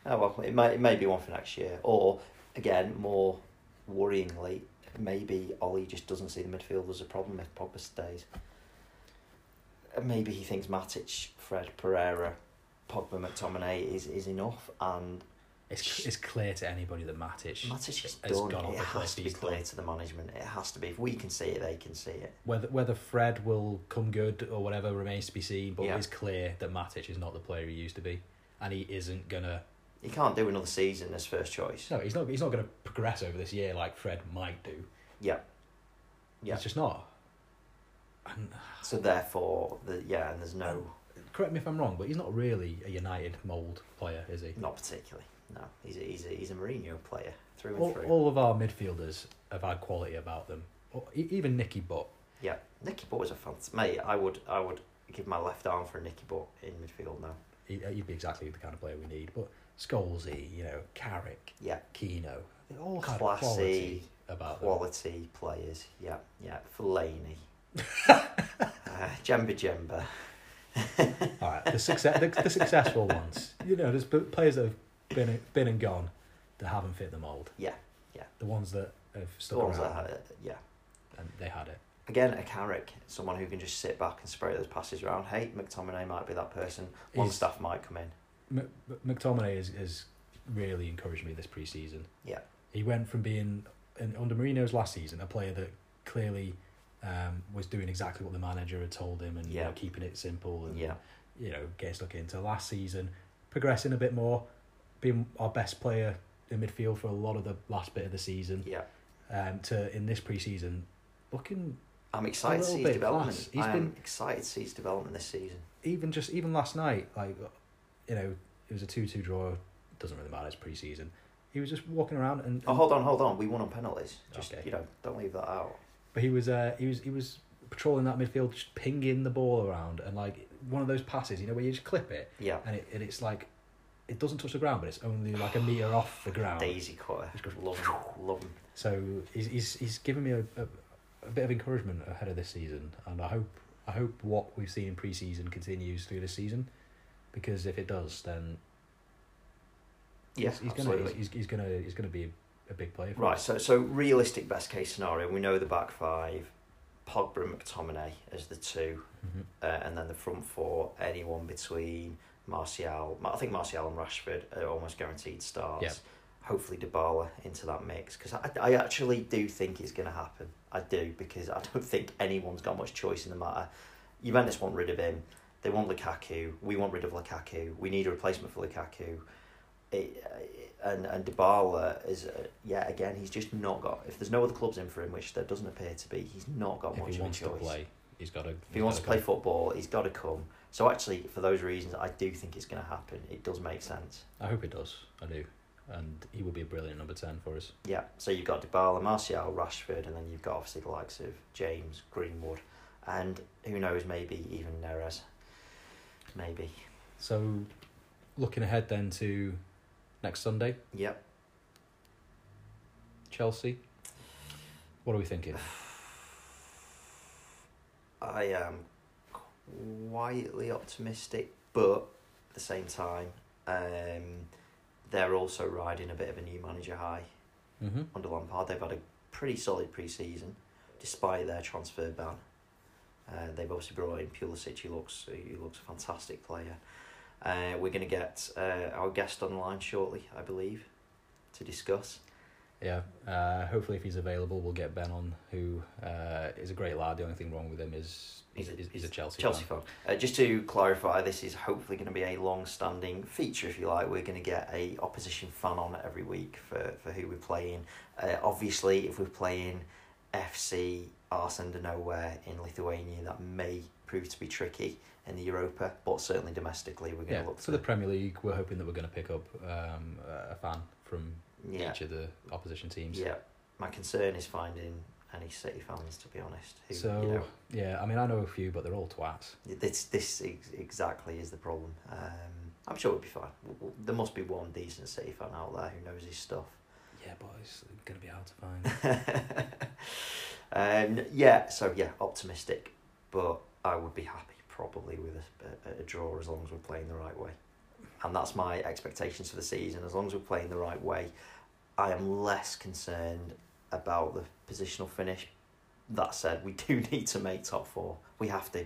Oh well, it may it may be one for next year, or again, more worryingly, maybe Ollie just doesn't see the midfield as a problem if Pogba stays. Uh, Maybe he thinks Matic, Fred, Pereira, Pogba, McTominay is is enough, and
It's, it's clear to anybody that Matic,
Matic is
has
done.
gone off
It
the
has
place
to be
he's
clear
done.
to the management. It has to be. If we can see it, they can see it.
Whether whether Fred will come good or whatever remains to be seen, but
Yeah.
it's clear that Matic is not the player he used to be, and he isn't gonna.
He can't do another season as first choice.
No, he's not. He's not gonna progress over this year like Fred might do.
Yeah. Yeah.
It's just not. And
So therefore, the yeah, and there's no,
correct me if I'm wrong, but he's not really a United mould player, is he?
not particularly. No, he's a, he's a, he's a Mourinho player through and
All,
through.
all of our midfielders have had quality about them. Or e- Even Nicky Butt.
Yeah, Nicky Butt was a fantastic mate. I would, I would give my left arm for a Nicky Butt in midfield now.
he, uh, he'd be exactly the kind of player we need. But Scholesy, you know, Carrick,
Yeah.
Keno, they all had
Classy,
quality about them.
Quality players. Yeah, yeah.
(laughs)
Fellaini, uh, Jemba Jemba.
All right, the, success, the, the successful ones. You know, there's p- players that have been been and gone that haven't fit the mold.
Yeah, yeah.
The ones that have
The
stuck
ones that
around
had it, uh, yeah.
and they had it.
Again, a Carrick, someone who can just sit back and spray those passes around. Hey, McTominay might be that person. One
He's-
staff might come in.
M- M- McTominay has, has really encouraged me this pre-season.
Yeah.
He went from being, in, under Mourinho's last season, a player that clearly um, was doing exactly what the manager had told him and you
Yeah.
know, keeping it simple and
Yeah,
you know, getting stuck into last season, progressing a bit more, being our best player in midfield for a lot of the last bit of the season.
yeah.
Um, to in this preseason, looking
I'm excited to
little
see
bit
his development.
class. He's
I am
been-
excited to see his development this season.
even just even last night, like you know, it was a two-two draw. Doesn't really matter. It's preseason. He was just walking around and,
Oh, hold on, hold on. We won on penalties. Just
Okay.
you know, don't leave that out.
but he was uh, he was he was patrolling that midfield, just pinging the ball around and like one of those passes, you know, where you just clip it
Yeah,
and it and it's like it doesn't touch the ground, but it's only like a meter off the ground.
Daisy cutter.
Just goes-
Love him, love him.
So he's he's, he's given me a, a, a bit of encouragement ahead of this season, and I hope I hope what we've seen in pre-season continues through this season, because if it does, then
Yeah,
he's, he's gonna
absolutely.
he's, he's gonna he's gonna be a big player. For
Right,
us.
so so realistic best case scenario, we know the back five. Pogba and McTominay as the 2
Mhm.
uh, and then the front four, anyone between Martial, I think Martial and Rashford are almost guaranteed starts.
Yeah.
Hopefully, Dybala into that mix because I, I actually do think it's going to happen. I do because I don't think anyone's got much choice in the matter. Juventus want rid of him. They want Lukaku. We want rid of Lukaku. We need a replacement for Lukaku. It, uh, and and Dybala is uh, yeah again he's just not got if there's no other clubs in for him which there doesn't appear to be he's not got
If
much
he
of a
wants to
choice.
play, he's got to.
If he wants to play football, he's got to come. So actually, for those reasons, I do think it's going to happen. It does make sense.
I hope it does. I do, and he would be a brilliant number ten for us.
Yeah. So you've got Dybala, Martial, Rashford, and then you've got obviously the likes of James, Greenwood, and who knows, maybe even Neres. Maybe.
So, looking ahead then to next Sunday,
Yep.
Chelsea. What are we thinking?
I am quietly optimistic, but at the same time, um, they're also riding a bit of a new manager high.
Mm-hmm.
under Lampard. They've had a pretty solid pre-season, despite their transfer ban. Uh, they've obviously brought in Pulisic. He looks he looks a fantastic player. Uh, we're going to get uh, our guest on the line shortly, I believe, to discuss.
Yeah. Uh, hopefully, if he's available, we'll get Ben on, who uh, is a great lad. The only thing wrong with him is he's, he's, he's a Chelsea.
Chelsea
fan.
fan. Uh, just to clarify, this is hopefully going to be a long-standing feature, if you like. We're going to get a opposition fan on every week for, for who we're playing. Uh, obviously, if we're playing FC Arsene de Nowhere in Lithuania, that may prove to be tricky in the Europa, but certainly domestically, we're going
Yeah.
to look
For
for
the Premier League, we're hoping that we're going to pick up um, a fan from
yeah,
each of the opposition teams.
yeah. My concern is finding any City fans, to be honest. Who,
So
you know,
yeah, I mean I know a few, but they're all twats.
This this ex- exactly is the problem. Um, I'm sure we'll be fine. W- w- There must be one decent City fan out there who knows his stuff. (laughs)
Yeah, but it's gonna be hard to find.
um, yeah, so yeah, optimistic, but I would be happy probably with a, a, a draw as long as we're playing the right way, and that's my expectations for the season. As long as we're playing the right way, I am less concerned about the positional finish. That said, we (laughs) do need to make top four. We have to.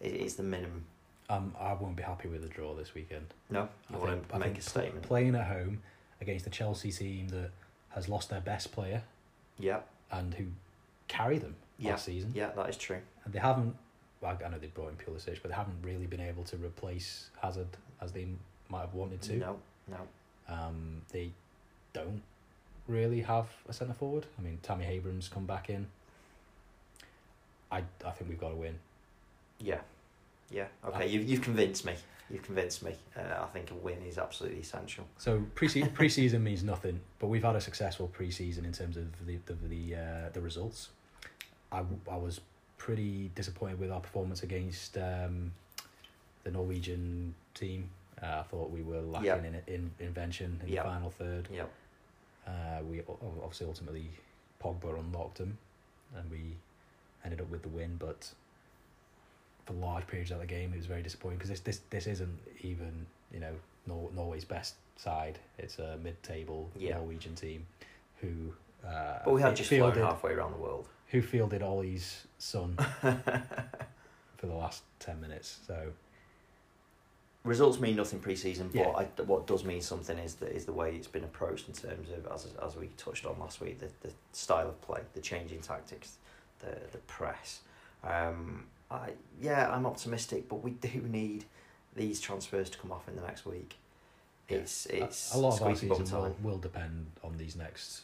It is the minimum.
um, I won't be happy with a draw this weekend.
No, you
I
want
think- I
to make
think
a statement.
Playing at home against a Chelsea team that has lost their best player
Yeah,
and who carry them
Yeah.
last season,
yeah, that is true.
and they haven't. Well, I know they brought in Pulisic, but they haven't really been able to replace Hazard as they might have wanted to.
No, no.
Um, they don't really have a centre forward. I mean, Tammy Abrams come back in. I I think we've got to win.
Yeah, yeah.
Uh,
Okay, you've you've convinced me. You've convinced me. Uh, I think a win is absolutely essential.
So pre-season, (laughs) pre-season means nothing, but we've had a successful pre-season in terms of the the the, uh, the results. I, I was pretty disappointed with our performance against um, the Norwegian team. Uh, I thought we were lacking
Yeah.
in, in invention in
Yeah.
the final third.
Yeah,
Uh, we o- o- obviously ultimately Pogba unlocked him, and we ended up with the win. But for large periods of the game, it was very disappointing because this this this isn't even you know Nor- Norway's best side. It's a mid-table
Yeah.
Norwegian team who. Uh,
but we have
fi-
just flown
fielded,
halfway around the world.
who fielded Ollie's
(laughs)
son for the last ten minutes. So
Results mean nothing pre-season, but
Yeah.
I, what does mean something is the, is the way it's been approached in terms of as as we touched on last week, the, the style of play, the changing tactics, the the press. Um, I yeah, I'm optimistic, but we (laughs) do need these transfers to come off in the next week.
Yeah.
It's
a-
it's
a, lot of our
squeaky bum
season
time.
will, will depend on these next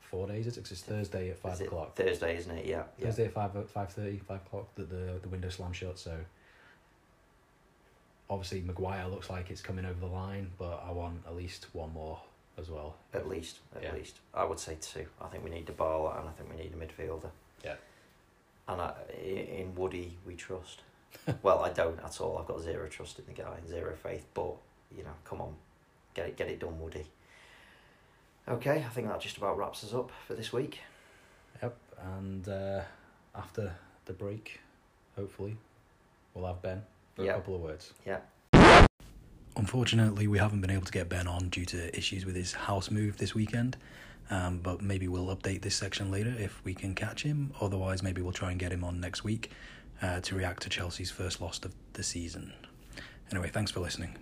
four days. It's, it's Thursday at five
Is it
o'clock.
Thursday, isn't it? Yeah, yeah.
Thursday at five uh, five thirty, five o'clock. That the the window slam shut. So obviously Maguire looks like it's coming over the line, but I want at least one more as well.
At least, at
Yeah.
least. I would say two. I think we need Dybala and I think we need a midfielder.
Yeah.
And I, i- in Woody, we trust. (laughs) well, I don't at all. I've got zero trust in the guy, and zero faith. But you know, come on, get it, get it done, Woody. Okay, I think that just about wraps us up for this week.
Yep. And uh, after the break, hopefully, we'll have Ben for
Yeah.
a couple of words.
Yeah.
Unfortunately, we haven't been able to get Ben on due to issues with his house move this weekend. Um, but maybe we'll update this section later if we can catch him. Otherwise, maybe we'll try and get him on next week uh, to react to Chelsea's first loss of the season. Anyway, thanks for listening.